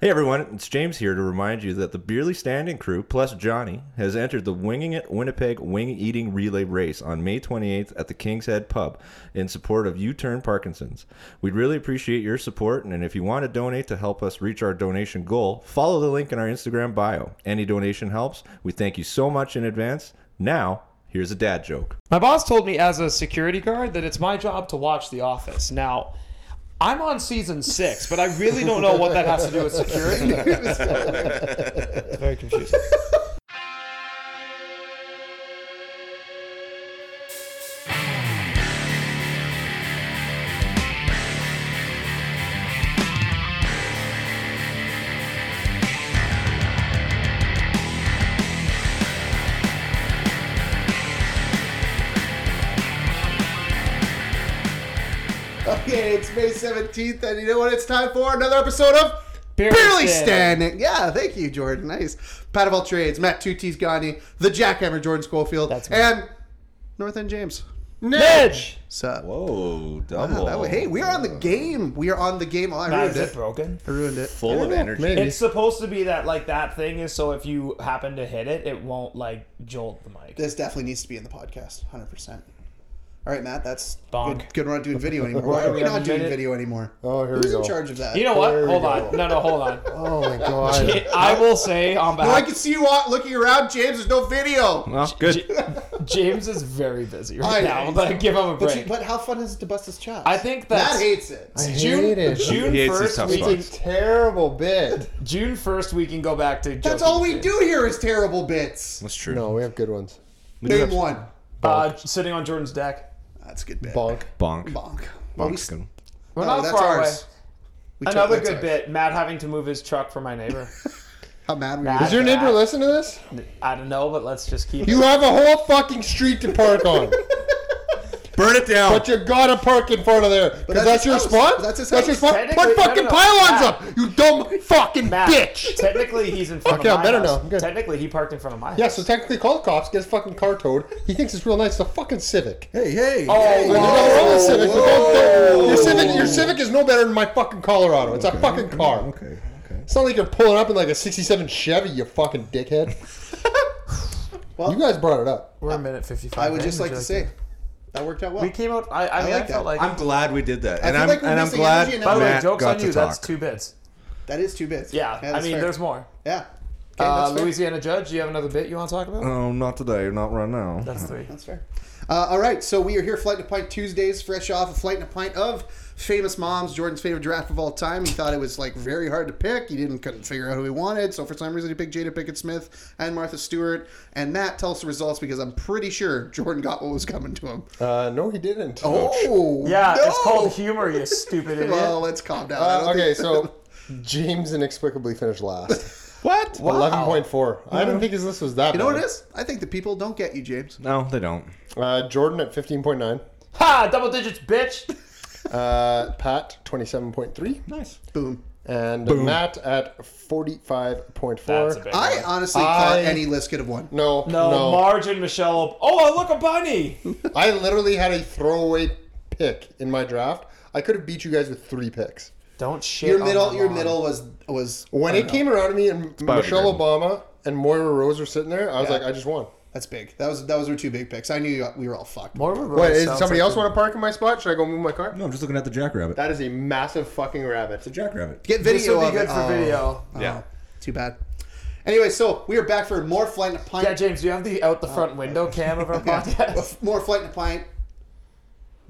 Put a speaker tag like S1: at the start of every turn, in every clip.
S1: Hey everyone, it's James here to remind you that the Beerly Standing Crew plus Johnny has entered the Winging It Winnipeg Wing Eating Relay Race on May 28th at the King's Head Pub in support of U Turn Parkinson's. We'd really appreciate your support, and if you want to donate to help us reach our donation goal, follow the link in our Instagram bio. Any donation helps. We thank you so much in advance. Now, here's a dad joke.
S2: My boss told me as a security guard that it's my job to watch The Office. Now, I'm on season six, but I really don't know what that has to do with security. It's very confusing.
S3: Okay, it's May 17th, and you know what? It's time for another episode of
S2: Barely
S3: Barely,
S2: Standing.
S3: Standing. Yeah, thank you, Jordan. Nice. Pat of all trades, Matt Two T's Gandhi, the Jackhammer Jordan Schofield,
S2: That's me.
S3: and North End James.
S2: Nedge!
S3: Sup?
S1: Whoa,
S3: Wow,
S1: double.
S3: that way- hey, we are on the game. We are on the game. Oh, I
S2: Ah,
S3: ruined
S2: is it
S3: it.
S2: broken?
S3: I ruined it.
S1: Full of energy.
S2: It's supposed to be that like that thing is so if you happen to hit it, it won't like jolt the mic.
S3: This definitely needs to be in the podcast, 100%. All right, Matt, that's
S2: Bonk.
S3: good, good. We're not doing video anymore. Why are we
S2: We have
S3: not
S2: a
S3: doing
S2: minute.
S3: video anymore?
S4: Oh, here we
S3: Who's
S4: go.
S3: in charge of that?
S2: You know what?
S4: There we
S2: Hold
S4: go.
S2: on. No, no, hold on.
S4: Oh my god.
S2: I will say on
S3: Oh, I
S2: behalf
S3: can see you all looking around, James. There's no video.
S1: Well, good.
S2: James is very busy right
S3: I-
S2: now. Like, give him a
S3: But,
S2: break.
S3: you, but how fun is it to bust his chops?
S2: I think that's
S3: Matt hates it.
S4: I
S2: June,
S4: hate it.
S2: June
S1: He hates his
S2: first,
S1: tough
S2: we can,
S1: spots.
S4: It's a terrible bit.
S2: June first, we can go back to. joking
S3: That's all we
S2: shit.
S3: do here is terrible bits.
S1: That's true.
S4: No, we have good ones.
S1: We do
S3: Name
S1: have
S3: one.
S2: Uh, sitting on Jordan's deck.
S3: That's a good bit.
S4: Bonk.
S1: bonk.
S3: Bonk. Well, we-
S1: Bonk's good.
S2: We're
S3: no,
S2: not
S3: that's
S2: far
S3: ours.
S2: away.
S3: We took-
S2: Another
S3: that's
S2: good
S3: ours.
S2: bit. Matt having to move his truck for my neighbor.
S3: How mad were
S2: Matt.
S3: you?
S4: Does your neighbor listen to this?
S2: I don't know, but let's just keep.
S4: You have a whole fucking street to park on,
S1: Burn it down.
S4: but you gotta park in front of there because
S3: that's his
S4: that's, your
S3: house.
S4: spot.
S3: That's his
S4: your
S3: house.
S4: spot.
S2: Technically-
S4: Put fucking
S2: no, no, no.
S4: pylons
S2: Matt.
S4: up, you dumb fucking
S2: Matt,
S4: bitch.
S2: Technically, he's in front
S4: Okay,
S2: of
S4: I'm
S2: my
S4: better
S2: house.
S4: now. I'm good.
S2: Technically, he parked in front of my house.
S4: Yeah, so technically called cops, gets fucking car towed. He thinks it's real nice. It's a fucking Civic.
S3: Hey, hey.
S2: Oh,
S3: hey.
S2: wow.
S4: There's nothing wrong with Civic, but don't- don't- your
S3: Whoa.
S4: Civic, your Civic is no better than my fucking Colorado. It's a fucking car.
S1: Okay. Okay.
S4: It's not like you're pulling up in like a '67 Chevy, you fucking dickhead.
S3: Well-
S4: you guys brought it up.
S2: We're a minute fifty-five.
S3: I would just
S2: in.
S3: like to say that worked out well.
S2: we came out. I, I, mean,
S3: like
S2: I felt
S3: that.
S2: like.
S1: I'm glad we did that, and
S3: feel
S1: I'm
S3: like we're
S1: and I'm
S3: missing
S1: glad
S3: energy and
S2: by the way,
S1: Matt
S2: jokes
S1: got
S2: on
S1: to
S2: you.
S1: talk.
S2: That's two bits.
S3: That is two bits.
S2: Yeah, I
S3: that's
S2: mean,
S3: fair.
S2: there's more.
S3: Yeah. Okay,
S2: Uh,
S3: that's fair.
S2: Louisiana judge, do you have another bit you want to talk about?
S1: Oh, not today, not right now.
S2: That's three.
S3: That's fair. Uh, all right, so we are here, Flight and a Pint Tuesdays, fresh off a Flight and a Pint of Famous Moms, Jordan's favorite draft of all time. He thought it was like very hard to pick. He didn't couldn't figure out who he wanted, so for some reason he picked Jada Pickett Smith and Martha Stewart. And Matt, tell us the results because I'm pretty sure Jordan got what was coming to him.
S4: Uh, no, he didn't.
S3: Oh,
S2: Yeah,
S3: no!
S2: it's called humor, you stupid idiot.
S3: Well, let's calm down. I
S4: Uh,
S3: don't
S4: okay,
S3: think-
S4: so James inexplicably finished last.
S1: What?
S4: Eleven point four. I didn't think his list was that.
S3: you know what it is? I think the people don't get you, James.
S1: No, they don't.
S4: Uh, Jordan at fifteen point nine.
S2: ha! Double digits, bitch!
S4: Uh, Pat twenty seven point three,
S1: Nice.
S3: Boom.
S4: and Matt at forty five point
S2: That's a
S4: four.
S2: big
S3: I
S2: one.
S3: honestly thought
S4: I-
S3: any list could have won.
S4: No,
S2: No,
S4: no,
S2: Marge and Michelle. Oh, look, a bunny!
S4: I literally had a throwaway pick in my draft. I could have beat you guys with three picks.
S2: Don't shit.
S3: Your
S2: on
S3: middle,
S2: the
S3: your
S2: lawn.
S3: middle was was
S4: When it came around to me and Michelle
S1: biodegradable.
S4: Obama and Moira Rose were sitting there, I was like, I just won.
S3: That's big. That was those were two big picks. I knew we were all fucked.
S2: Moira Rose
S4: Wait, is
S2: sounds
S4: somebody
S2: like
S4: else want to park in my spot? Should I go move my car?
S1: No, I'm just looking at the jackrabbit.
S4: That is a massive fucking rabbit.
S1: the jackrabbit.
S3: Get video.
S2: This would be
S3: of
S2: good
S3: it.
S2: for
S3: Oh,
S2: video.
S3: oh,
S1: Yeah.
S3: Too bad. Anyway, so we are back for more flight and a pint.
S2: Yeah, James, do you have the out the front window cam of our podcast?
S3: More flight and a pint.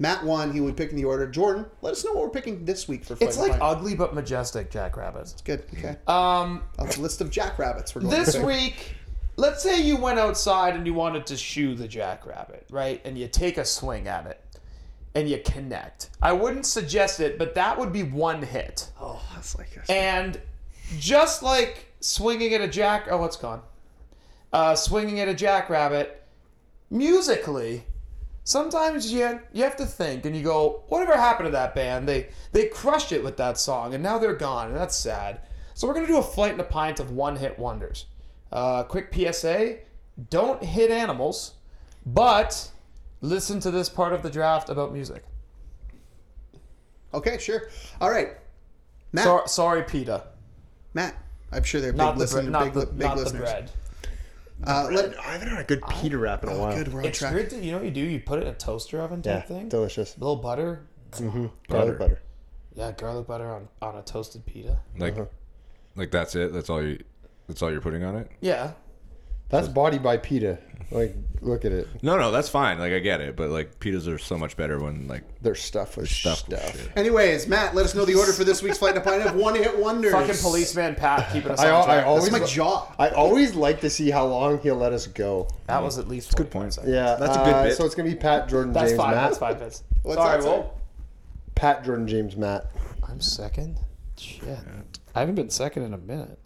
S3: Matt won. He would pick in the order. Jordan, let us know what we're picking this week for. Flight
S2: It's
S3: and a
S2: like
S3: Pint.
S2: ugly but majestic jackrabbits.
S3: good. Okay.
S2: Um,
S3: That's a list of jackrabbits. We're going
S2: this
S3: to pick.
S2: week, let's say you went outside and you wanted to shoe the jackrabbit, right? And you take a swing at it and you connect. I wouldn't suggest it, but that would be one hit.
S3: Oh, that's like. A...
S2: And just like swinging at a jack, oh, it's gone. Uh, swinging at a jackrabbit, musically, sometimes you you have to think and you go, whatever happened to that band? They they crushed it with that song, and now they're gone, and that's sad. So we're gonna do a flight and a pint of one hit wonders. Uh, quick PSA: Don't hit animals, but listen to this part of the draft about music.
S3: Okay, sure. All right. Matt,
S2: Sor- sorry, PETA.
S3: Matt. I'm sure they're big
S2: Not the,
S3: listeners.
S2: bre- not
S3: big,
S2: the,
S3: big
S2: not the
S3: listeners.
S2: bread.
S3: Uh, let,
S4: I haven't had a good Peter
S1: Oh,
S4: wrap in a while.
S3: good, we're on
S2: It's
S3: track.
S2: good that you know what you do. You put it in a toaster oven
S4: Yeah,
S2: type thing. A
S4: delicious.
S2: little butter.
S4: Garlic butter.
S2: Yeah, garlic butter on, on a toasted pita.
S1: Like, like that's it. That's all you. That's all you're putting on it.
S2: Yeah.
S4: That's body by pita. Like, look at it.
S1: No, no, that's fine. Like I get it, but like pitas are so much better when like
S4: Their stuff was
S1: stuffed
S4: stuff.
S1: with shit.
S3: Anyways, Matt, let us know the order for this week's flight to Pine of One Hit Wonders.
S2: Fucking policeman Pat keeping us
S4: I,
S2: on
S4: I
S2: track.
S4: always
S3: That's my
S4: li-
S3: job.
S4: I always like to see how long he'll let us go.
S2: that was at least
S1: good
S2: 45
S1: point.
S2: seconds.
S4: Yeah,
S1: That's a good
S4: uh,
S1: bit.
S4: So it's gonna be Pat Jordan
S2: That's
S4: James
S2: five.
S4: Matt.
S2: That's five minutes.
S3: What's
S2: Sorry,
S3: that say?
S2: well,
S4: Pat Jordan James Matt.
S2: I'm second. Shit. I haven't been second in a minute.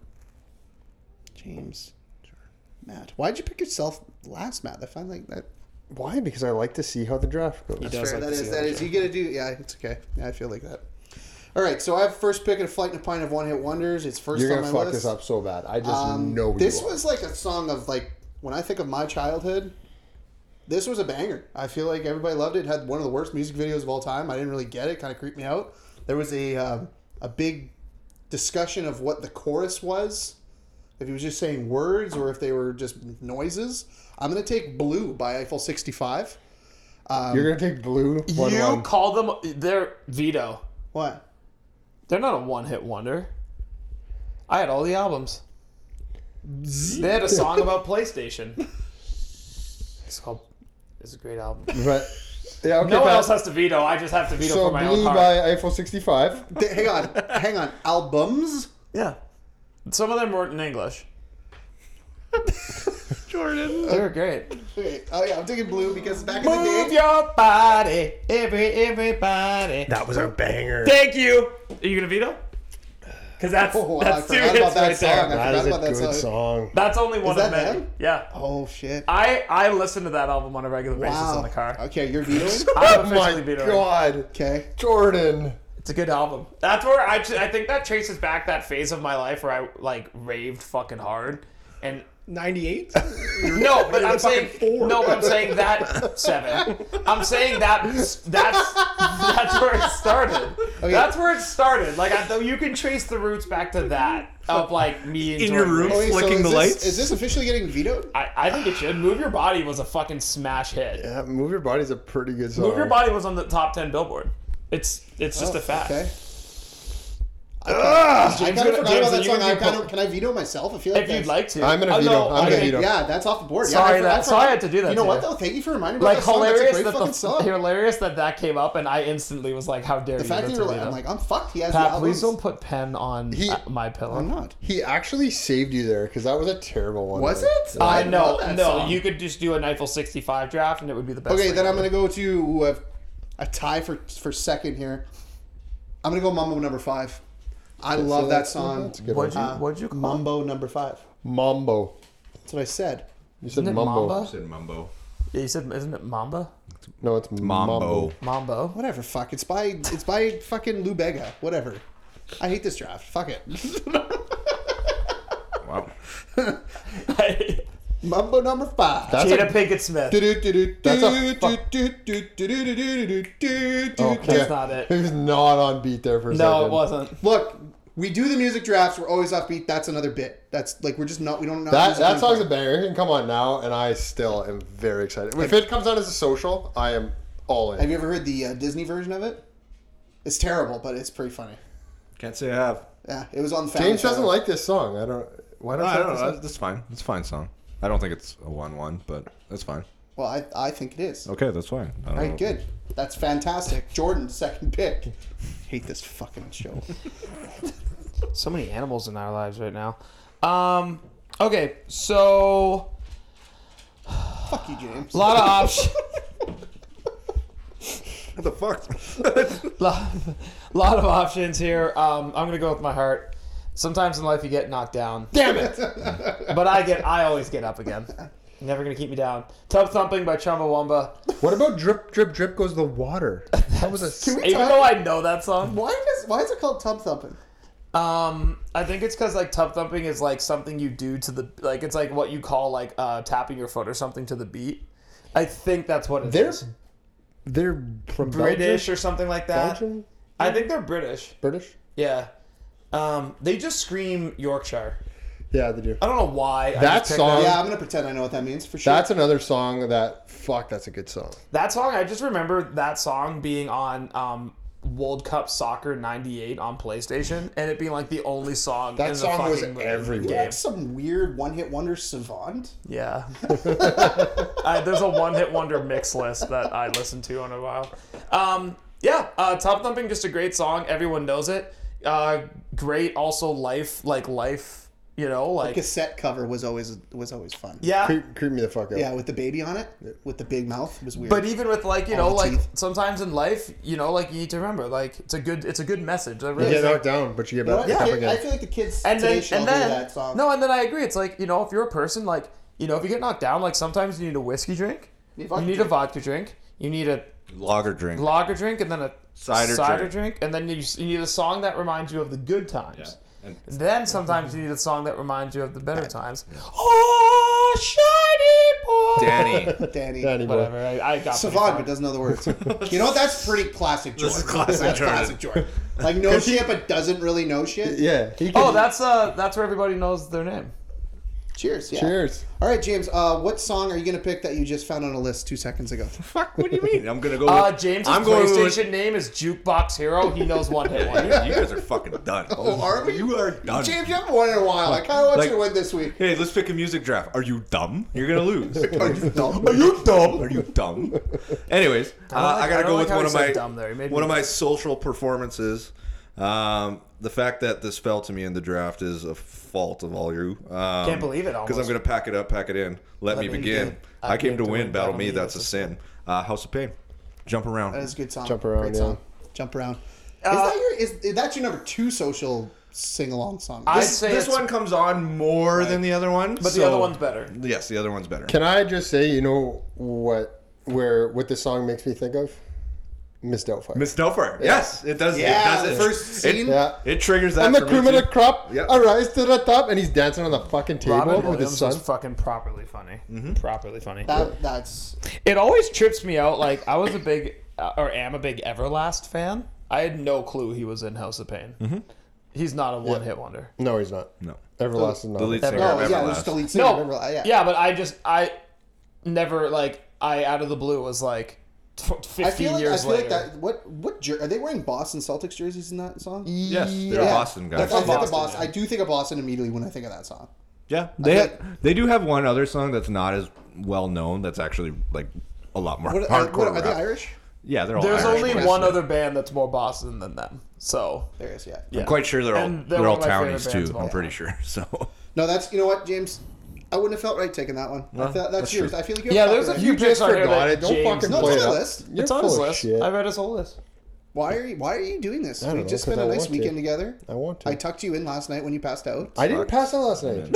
S3: James. Matt. Why'd you pick yourself last, Matt? I find like that.
S4: Why? Because I like to see how the draft goes.
S2: does like
S3: Fair, that
S2: to
S3: is,
S2: see
S3: that
S2: how
S3: is. You get to do. Yeah, it's okay. Yeah, I feel like that. All right, so I have first pick at a flight and a pint of one hit wonders. It's 1st
S4: You're
S3: on my
S4: gonna fuck
S3: list.
S4: this up so bad. I just
S3: Um,
S4: know you
S3: this
S4: are.
S3: was like a song of like when I think of my childhood. This was a banger. I feel like everybody loved it. it had one of the worst music videos of all time. I didn't really get it. Kind of creeped me out. There was a um a big discussion of what the chorus was. If he was just saying words or if they were just noises. I'm gonna take "Blue" by Eiffel Um, 65.
S4: You're gonna take blue. One,
S2: you
S4: one.
S2: call them they're Vito.
S3: What?
S2: They're not a one hit wonder. I had all the albums. They had a song about PlayStation. It's called it's a great album.
S4: But yeah, okay.
S2: No one
S4: Pat.
S2: else has to veto, I just have to veto
S4: so
S2: for my own
S4: blue
S2: part.
S4: by Eiffel 65.
S3: Th- hang on, hang on. Albums.
S2: Yeah. Some of them weren't in English.
S1: Jordan.
S2: They were great.
S3: Okay. Oh yeah, I'm taking "Blue" because back in the
S2: Move
S3: day.
S2: your body, every everybody.
S4: That was a banger.
S2: Thank you. Are you gonna veto? Because that's
S3: Oh, I
S2: that's two
S3: forgot
S2: hits right
S3: about that
S2: there.
S3: song. I
S4: That is
S3: forgot
S4: a
S3: about that song.
S4: good song.
S2: That's only one
S3: Is
S2: of
S3: that
S2: many.
S3: them?
S2: Yeah.
S3: Oh shit.
S2: I I listen to that album on a regular basis in the car.
S3: Okay, you're vetoing.
S2: I'm
S4: Oh my
S2: officially vetoing.
S4: god,
S3: okay.
S4: Jordan.
S2: It's a good album. That's where I I think that traces back that phase of my life where I like raved fucking hard and.
S5: 98?
S2: No, but I'm saying
S5: fucking four.
S2: no, but I'm saying that seven. I'm saying that that's that's where it started. That's where it started. Like I, though you can trace the roots back to that of like me
S5: In your
S2: enjoying
S5: room?
S2: it.
S3: Wait,
S5: Flicking the
S3: is this,
S5: lights?
S3: Is this officially getting vetoed?
S2: I, I think it should. Move Your Body was a fucking smash hit.
S4: Yeah, Move Your Body's a pretty good song.
S2: Move Your Body was on the top ten Billboard. It's it's just a fact.
S3: Oh, Okay.
S4: Ah!
S3: I
S2: James
S3: kind of
S2: gonna-
S3: forgot
S2: James,
S3: about that
S2: you can
S3: song. I
S2: do
S3: kind
S2: po-
S3: of, can I veto myself? I feel like
S2: If you'd
S3: that's-
S2: like to,
S4: I'm gonna
S2: Oh,
S4: veto.
S2: no,
S4: I'm gonna
S2: okay.
S4: veto.
S3: Yeah, that's off the board. Yeah,
S2: Sorry
S3: I for-
S2: that-
S3: I forgot-
S2: sorry I had to do that
S3: You know
S2: to
S3: what
S2: you.
S3: though? Thank you for reminding me.
S2: Like
S3: about that song. That's a
S2: hilarious
S3: great
S2: that the
S3: fucking song.
S2: hilarious that that came up, and I instantly was like, "How dare
S3: The
S2: you?"
S3: fact that
S2: that's
S3: you're
S2: a
S3: like,
S2: veto.
S3: I'm like, I'm fucked. He has the
S2: Pat,
S3: albums.
S2: please don't put pen on
S4: He-
S2: uh, my pillow.
S3: I'm not.
S4: He actually saved you there because that was a terrible one.
S3: Was it?
S2: I
S3: love
S2: know,
S3: that
S2: no,
S3: song.
S2: you could just do a Knifeful 65 draft, and it would be the best.
S3: Okay,
S2: thing
S3: then I'm
S2: ever.
S3: gonna go to who have a tie for for second here. I'm gonna go Mumbo number five. I love that song.
S4: That's a good
S2: What'd you
S4: one.
S2: What'd you call? it?
S3: Uh, Mumbo number five.
S4: Mambo.
S3: That's what I said.
S4: You said
S2: Isn't it
S4: Mambo.
S2: Mamba?
S1: Said mumbo.
S2: Yeah, you said, isn't it Mamba?
S4: No, it's Mambo.
S1: Mambo.
S2: Mambo.
S3: Whatever, fuck. It's by it's by fucking Lou Bega. Whatever. I hate this draft. Fuck it.
S1: Wow.
S2: Jada
S3: Mumbo number five.
S4: That's a-
S2: Pinkett Smith.
S4: That's a
S3: That's
S4: Okay.
S2: That's not it.
S4: He was not on beat there for a second.
S2: No, it wasn't.
S3: Look, we do the music drafts. We're always offbeat. That's another bit. That's like we're just not. We don't know.
S4: That, that song's a banger. It can come on now, and I still am very excited. If it comes on as a social, I am all
S3: Have
S4: in.
S3: you ever heard the uh, Disney version of it? It's terrible, but it's pretty funny.
S1: Can't say I have.
S3: Yeah, it was on. the Family
S4: James doesn't
S3: Channel.
S4: like this song. I don't. Why don't
S1: I don't
S4: you
S1: know.
S4: like this
S1: That's fine. It's a fine song. I don't think it's a one-one, but that's fine.
S3: Well, I, I think it is.
S1: Okay, that's fine. I don't
S3: All
S1: know.
S3: right, good. That's fantastic. Jordan, second pick. Hate this fucking show.
S2: So many animals in our lives right now. Um. Okay, so
S3: Fuck you, James.
S2: a lot of options.
S1: What the fuck?
S2: lot, lot of options here. Um, I'm gonna go with my heart. Sometimes in life you get knocked down. Damn it! but I get, I always get up again. Never gonna keep me down. Tub thumping by Chumbawamba.
S4: one? What about drip, drip, drip goes the water? That was a.
S2: Even
S3: talk-
S2: though I know that song,
S3: Why does why is it called tub thumping?
S2: um, I think it's because like tub thumping is like something you do to the like it's like what you call like uh, tapping your foot or something to the beat. I think that's what it
S4: They're
S2: is.
S4: they're from
S2: British or something like that.
S4: Belgium,
S2: I think they're British.
S4: British.
S2: Yeah. Um, they just scream Yorkshire.
S4: Yeah, they do.
S2: I don't know why. I
S4: That
S2: just picked
S4: song-
S3: Yeah, I'm gonna pretend I know what that means for sure.
S4: That's another song that fuck. That's a good song.
S2: That song, I just remember that song being on um, World Cup Soccer '98 on PlayStation, and it being like the only song.
S4: That
S2: in
S4: song
S2: the
S4: was
S2: fucking
S4: everywhere.
S2: game.
S3: That's some weird one-hit wonder savant.
S2: Yeah, I, there's a one-hit wonder mix list that I listen to on a while. Um, yeah, uh, Top Thumping, just a great song. Everyone knows it. Uh, great, also life, like life. You know, like
S3: Cassette cover was always was always fun.
S2: yeah.
S4: Creep, creep me the fuck out.
S3: Yeah, with the baby on it, with the big mouth, it was weird.
S2: But even with like you know
S3: the
S2: like
S3: teeth.
S2: sometimes in life you know like you need to remember like it's a good it's a good message. I
S4: You
S2: really
S4: get
S2: think-
S4: knocked down, but you get
S3: You know
S4: back
S3: what?
S4: up
S3: The kid- I
S4: again.
S3: feel like the kids
S2: and
S3: today
S2: then
S3: should all
S2: and
S3: hear
S2: then
S3: that song.
S2: no, and then I agree. It's like you know, if you're a person like you know, if you get knocked down, like sometimes you need a whiskey drink,
S3: Need a
S2: you
S3: vodka
S2: need a
S3: drink.
S2: vodka drink, you need a
S1: Lager drink.
S2: lager drink, and then a
S1: Cider
S2: drink. and then you, you need a song that reminds you of the good times.
S1: And
S2: Then sometimes you need a song that reminds you of the better times. Oh, shiny boy.
S1: Danny.
S3: Danny.
S4: Danny boy.
S2: Whatever. I, I got pretty
S3: Savant,
S2: far.
S3: but doesn't know the words. you know what? That's pretty classic Jordan.
S1: This is classic
S3: That's
S1: Jordan.
S3: classic Jordan. Like knows shit, but doesn't really know shit.
S4: Yeah. He can,
S2: Oh, that's uh, that's where everybody knows their name.
S3: Cheers. Yeah.
S4: Cheers.
S3: All right, James. Uh, what song are you gonna pick that you just found on a list two seconds ago?
S1: Fuck, what do you mean? I'm gonna go.
S2: Uh,
S1: with-
S2: James'
S1: I'm going with-
S2: PlayStation name is Jukebox Hero. He knows one hit
S1: Yeah,
S2: one.
S1: you, you guys are fucking done. Oh,
S3: are we?
S1: You are done.
S3: James, you haven't won in a while. I kind of want
S1: Like-
S3: you to win this week.
S1: Hey, let's pick a music draft. Are you dumb? You're gonna lose.
S3: Are you dumb?
S1: Are you dumb? Are you dumb? Anyways, uh,
S2: don't like-
S1: I gotta
S2: I don't
S1: go
S2: like
S1: with
S2: how
S1: one
S2: you
S1: of
S2: said
S1: my
S2: dumb there. You made me-
S1: one of my social performances. Um, the fact that this fell to me in the draft is a fault of all you. Um,
S2: Can't believe it
S1: Because I'm
S2: almost.
S1: gonna pack it up, pack it in. Let, me,
S2: me
S1: begin.
S2: begin.
S1: I, came to win. Battle me. That's a sin. Uh, House of Pain. Jump around.
S3: That is a good song.
S4: Jump around,
S3: Great
S4: yeah.
S3: song. Jump around. is
S2: Uh,
S3: that your is, is that your number two social sing along song?
S2: I'd
S3: This-
S2: say
S1: this
S2: it's-
S1: one comes on more than the other one,
S2: but the other one's better.
S1: yes, the other one's better.
S4: Can I just say, you know what? Where what this song makes me think of? Miss Doubtfire.
S1: Miss Doubtfire. Yes, it does.
S3: yeah,
S1: it does
S3: the
S1: it.
S3: first
S1: It-
S3: scene.
S4: yeah.
S1: It triggers that.
S4: I'm the
S1: for me
S4: cream of
S1: too.
S4: the crop.
S1: Yep.
S4: I rise to the top, and he's dancing on the fucking table
S2: Robin
S4: with his
S2: Williams
S4: son.
S2: is fucking properly funny. Properly funny.
S3: That, that's
S2: It always trips me out. Like I was a big, uh, or am a big Everlast fan. I had no clue he was in House of Pain. He's not a one-hit wonder.
S4: no, he's not.
S1: No,
S4: Everlasting.
S1: the lead
S4: novel.
S1: singer
S3: oh
S1: of
S3: yeah, it was
S1: Everlast.
S3: just the lead singer.
S2: No,
S3: remember, yeah.
S2: yeah. but I just I never like I out of the blue was like tw- fifteen
S3: I feel like I
S2: years
S3: feel
S2: later.
S3: like that. What what jer- are they wearing? Boston Celtics jerseys in that song?
S1: Yes, they're
S3: Yeah.
S1: Boston guys.
S3: If I think
S2: Boston,
S3: of Boston,
S2: yeah.
S3: I do think of Boston immediately when I think of that song.
S1: Yeah, they
S3: think-
S1: they do have one other song that's not as well known. That's actually like a lot more
S3: What, are,
S1: hardcore.
S3: what, are they
S1: rap.
S3: Irish?
S1: Yeah, they're all.
S2: There's
S1: Irish,
S2: only
S1: but
S2: one other band that's more Boston than them. So
S3: There is, yeah.
S1: I'm quite sure they're all
S2: And
S1: they're,
S2: they're
S1: all
S2: one of my favorite
S1: townies
S2: bands
S1: too.
S2: of all
S1: I'm pretty
S2: time.
S1: sure. So
S3: No, that's you know what, James. I wouldn't have felt right taking that one. I felt, that's,
S1: that's
S3: yours.
S1: true.
S3: I feel like you
S2: Yeah, there's a few
S4: You
S2: picks
S4: just
S2: on here
S4: forgot
S2: that
S4: it. Don't
S2: James
S4: fucking
S3: No,
S4: play
S3: it's
S4: it
S3: on
S4: up.
S3: the list.
S4: You're
S2: it's on
S4: full
S2: his
S4: of
S2: list.
S4: shit.
S2: I read his whole list.
S3: Why are you Why are you doing this?
S4: don't
S3: We
S4: know,
S3: just
S4: 'cause
S3: spent
S4: I
S3: a nice
S4: want to.
S3: weekend together.
S4: I want to.
S3: I
S4: I
S3: tucked you in last night when you passed out.
S4: I didn't pass out last night.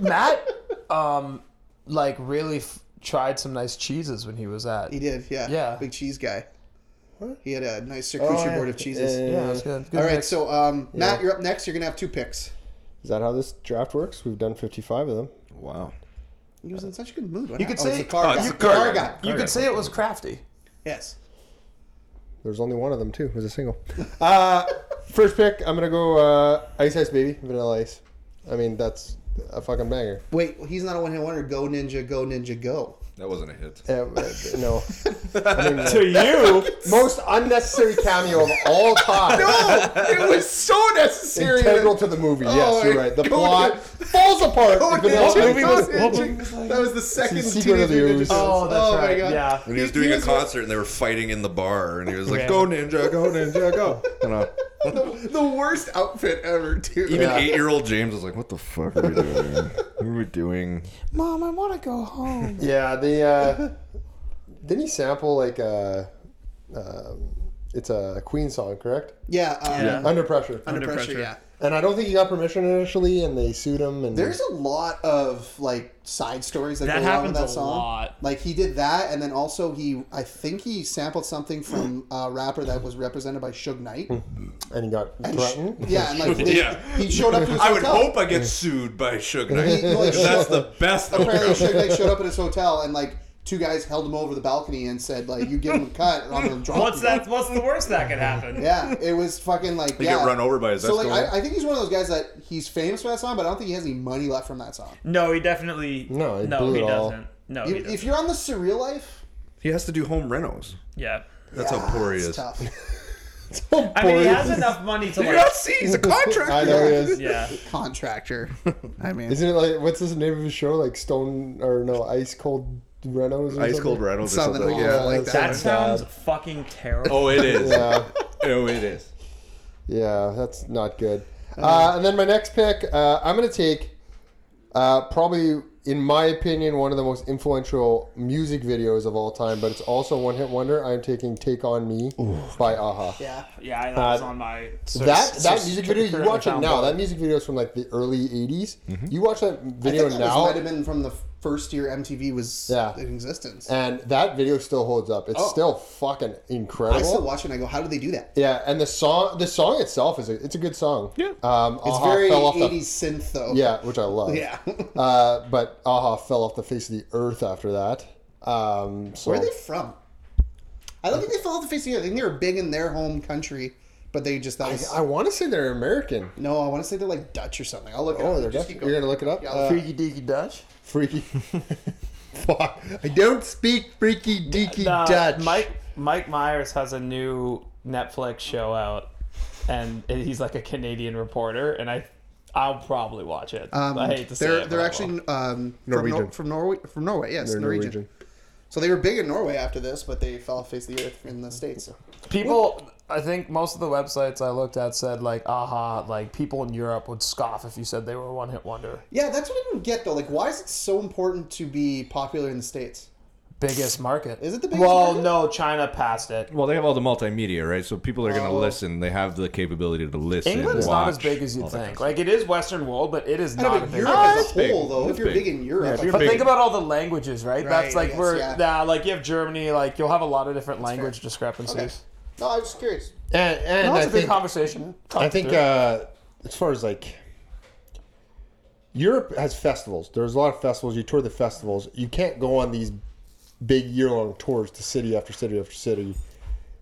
S2: Matt, um, like really f- tried some nice cheeses when he was at.
S3: He did, yeah.
S2: Yeah.
S3: Big cheese guy.
S4: What?
S3: He had a nice
S4: Oh,
S3: charcuterie
S4: I-
S3: board of cheeses.
S4: uh,
S2: Yeah, that's good. good
S3: All right,
S2: mix.
S3: so um, Matt, you're up next. You're gonna have two picks.
S4: Is that how this draft works? We've done 55 of them.
S1: wow.
S3: He was in such a good mood.
S2: You could
S3: oh, it's
S2: say-
S3: the car
S1: Oh,
S3: guy.
S1: it's
S3: The
S1: the car
S3: car
S1: guy.
S3: guy.
S2: you
S1: Alright.
S2: could say it was crafty.
S3: Yes.
S4: There's only one of them too. It was a single. Uh, first pick, I'm gonna go uh, Ice Ice Baby, Vanilla Ice. I mean, that's a fucking banger.
S3: Wait, he's not a one-hit wonder. Go ninja, go ninja, go.
S1: That wasn't a hit.
S4: Uh, uh, no,
S2: To you,
S4: most unnecessary cameo of all time.
S3: it was so necessary.
S4: Integral to the movie. Yes,
S3: Oh,
S4: you're right. The
S3: go
S4: plot
S3: Ninja.
S4: falls apart.
S3: Go
S4: if Vanilla
S3: Ninja,
S4: Ice-
S3: go
S2: was-
S3: Ninja. That was the second
S4: Secret
S3: Teenage
S4: of the
S3: Mutant Ninja
S4: Ooze.
S3: Turtles.
S2: Oh, that's
S3: my
S2: right.
S3: God.
S2: Yeah.
S1: When he was
S3: He-
S1: doing
S3: he
S1: a
S3: was-
S1: concert and they were fighting in the bar, and he was like,
S2: Yeah.
S1: "Go ninja, go ninja, go!" You know,
S3: The, the worst outfit ever, too.
S1: even eight-year-old James was like, "What the fuck are we doing? what are we doing?"
S2: Mom, I want to go home.
S4: Yeah, the uh, didn't he sample like a? Um, it's a Queen song, correct?
S3: Yeah, um,
S2: Yeah.
S4: Under pressure.
S3: Under, pressure,
S1: pressure.
S3: yeah.
S4: And I don't think he got permission initially, and they sued him. And
S3: There's a lot of like side stories that,
S2: That
S3: go along with
S2: happens
S3: that
S2: a
S3: song.
S2: lot.
S3: Like he did that, and then also he, I think he sampled something from a rapper that was represented by Suge Knight.
S4: and he got
S3: And
S4: threatened.
S3: Sh- yeah, and like they-
S1: Hmm. Yeah.
S3: he showed up. To his
S1: I would
S3: hotel.
S1: hope I get sued by Suge Knight.
S3: He, like,
S1: That's the best.
S3: apparently Suge Knight showed up at his hotel, and like two guys held him over the balcony and said, like, you give him a cut or I'm going to drop
S2: What's
S3: you."
S2: that? What's the worst that could happen?
S3: Yeah, it was fucking like.
S1: You
S3: yeah.
S1: get run over by his
S3: So, like,
S1: Escalade.
S3: I, I think he's one of those guys that he's famous for that song, but I don't think he has any money left from that song.
S2: No, he definitely.
S4: No, he
S2: no,
S4: blew
S2: he
S4: it all.
S2: doesn't. No, he
S3: If,
S2: doesn't.
S3: if you're on the surreal life,
S1: He has to do home renos.
S2: yeah.
S1: That's
S3: ah,
S1: how poor he
S3: it's
S1: is.
S3: tough.
S2: I mean, he has enough money to
S1: You
S2: like.
S1: don't see, he's a contractor.
S4: I know he is.
S2: Yeah.
S3: Contractor. I mean,
S4: Isn't it like what's this name of his show? Like Stone or no Ice Cold Renos? Or
S1: Ice
S4: something?
S1: cold renos or something.
S3: Something
S1: Like,
S3: along
S1: yeah,
S3: that
S1: like
S3: line.
S1: that.
S2: That
S4: That's bad.
S2: sounds fucking terrible.
S1: Oh, it is.
S4: Yeah,
S1: Oh, it is.
S4: yeah, that's not good. Uh, and then my next pick, uh, I'm gonna take uh, probably, in my opinion, one of the most influential music videos of all time, but it's also one hit wonder. I'm taking "Take on Me" by Aha.
S3: yeah.
S2: Yeah, that was on my.
S4: that
S2: search-
S4: that
S2: search
S4: music video you
S2: currently
S4: watch it
S2: found
S4: now.
S2: below.
S4: That music video is from like the early '80s.
S1: Mm-hmm.
S4: You watch that
S3: I
S4: video
S3: think that
S4: now,
S3: was, might have been from the first year MTV was
S4: Yeah.
S3: in existence.
S4: and that video still holds up. It's
S3: Oh.
S4: still fucking incredible.
S3: I still watch it and I go, how did they do that?
S4: Yeah, and the song, the song itself is a, it's a good song.
S1: Yeah.
S4: um,
S3: It's
S4: Aha
S3: very
S4: fell off
S3: 80s
S4: the,
S3: synth, though.
S4: yeah, which I love.
S3: Yeah.
S4: uh, but Aha fell off the face of the earth after that. Um, so
S3: Where are they from? I don't think they fell off the face of the earth. I think they were big in their home country, but they just thought.
S4: I want to say they're American.
S3: no, I want to say they're like Dutch or something. I'll look. it
S4: Oh,
S3: up.
S4: they're
S3: Just
S4: Dutch.
S3: keep
S4: You're gonna look it up.
S3: Yeah,
S4: Uh,
S3: freaky
S2: deaky Dutch.
S4: freaky. Fuck! I don't speak freaky deaky
S2: Uh,
S4: Dutch.
S2: Mike Mike Myers has a new Netflix show out, and he's like a Canadian reporter, and I I'll probably watch it.
S3: Um,
S2: I hate to say
S3: they're
S2: it,
S3: they're
S2: but I
S3: actually um,
S4: Norwegian.
S3: from, Nor- from Norway. From Norway, yes,
S4: They're
S3: Norwegian.
S4: Norwegian.
S3: So they were big in Norway after this, but they fell off the face of the earth in the states.
S2: will. people. I think most of the websites I looked at said like, "Aha!" Like people in Europe would scoff if you said they were a one-hit wonder.
S3: Yeah, that's what I didn't get though. Like, why is it so important to be popular in the states?
S2: Biggest market
S3: Is it the biggest
S2: Well,
S3: market?
S2: no, China passed it.
S1: Well, they have all the multimedia, right? So people are going to
S3: Oh.
S1: listen. They have the capability to listen.
S2: England's
S1: watch,
S2: not as big as you
S1: all that
S2: think. Like it is Western world, but it is
S3: I know,
S2: not a
S3: but
S2: big
S3: Europe
S2: market.
S3: as
S1: It's
S3: a
S1: big.
S3: whole, though,
S1: It's
S3: if you're
S1: big.
S3: big in Europe,
S1: if
S3: I
S1: you're
S3: feel-
S2: But
S1: big.
S2: think about all the languages, right? That's
S3: Right,
S2: like
S3: yes,
S2: we're
S3: yeah.
S2: nah, like you have Germany, like you'll have a lot of different language discrepancies.
S3: Okay. no, I'm just curious.
S4: and, and
S2: No,
S4: I
S2: it's a big
S4: think
S2: conversation. Talk
S4: I think
S2: through.
S4: uh, as far as like Europe has festivals. There's a lot of festivals. You tour the festivals. You can't go on these big year-long tours to city after city after city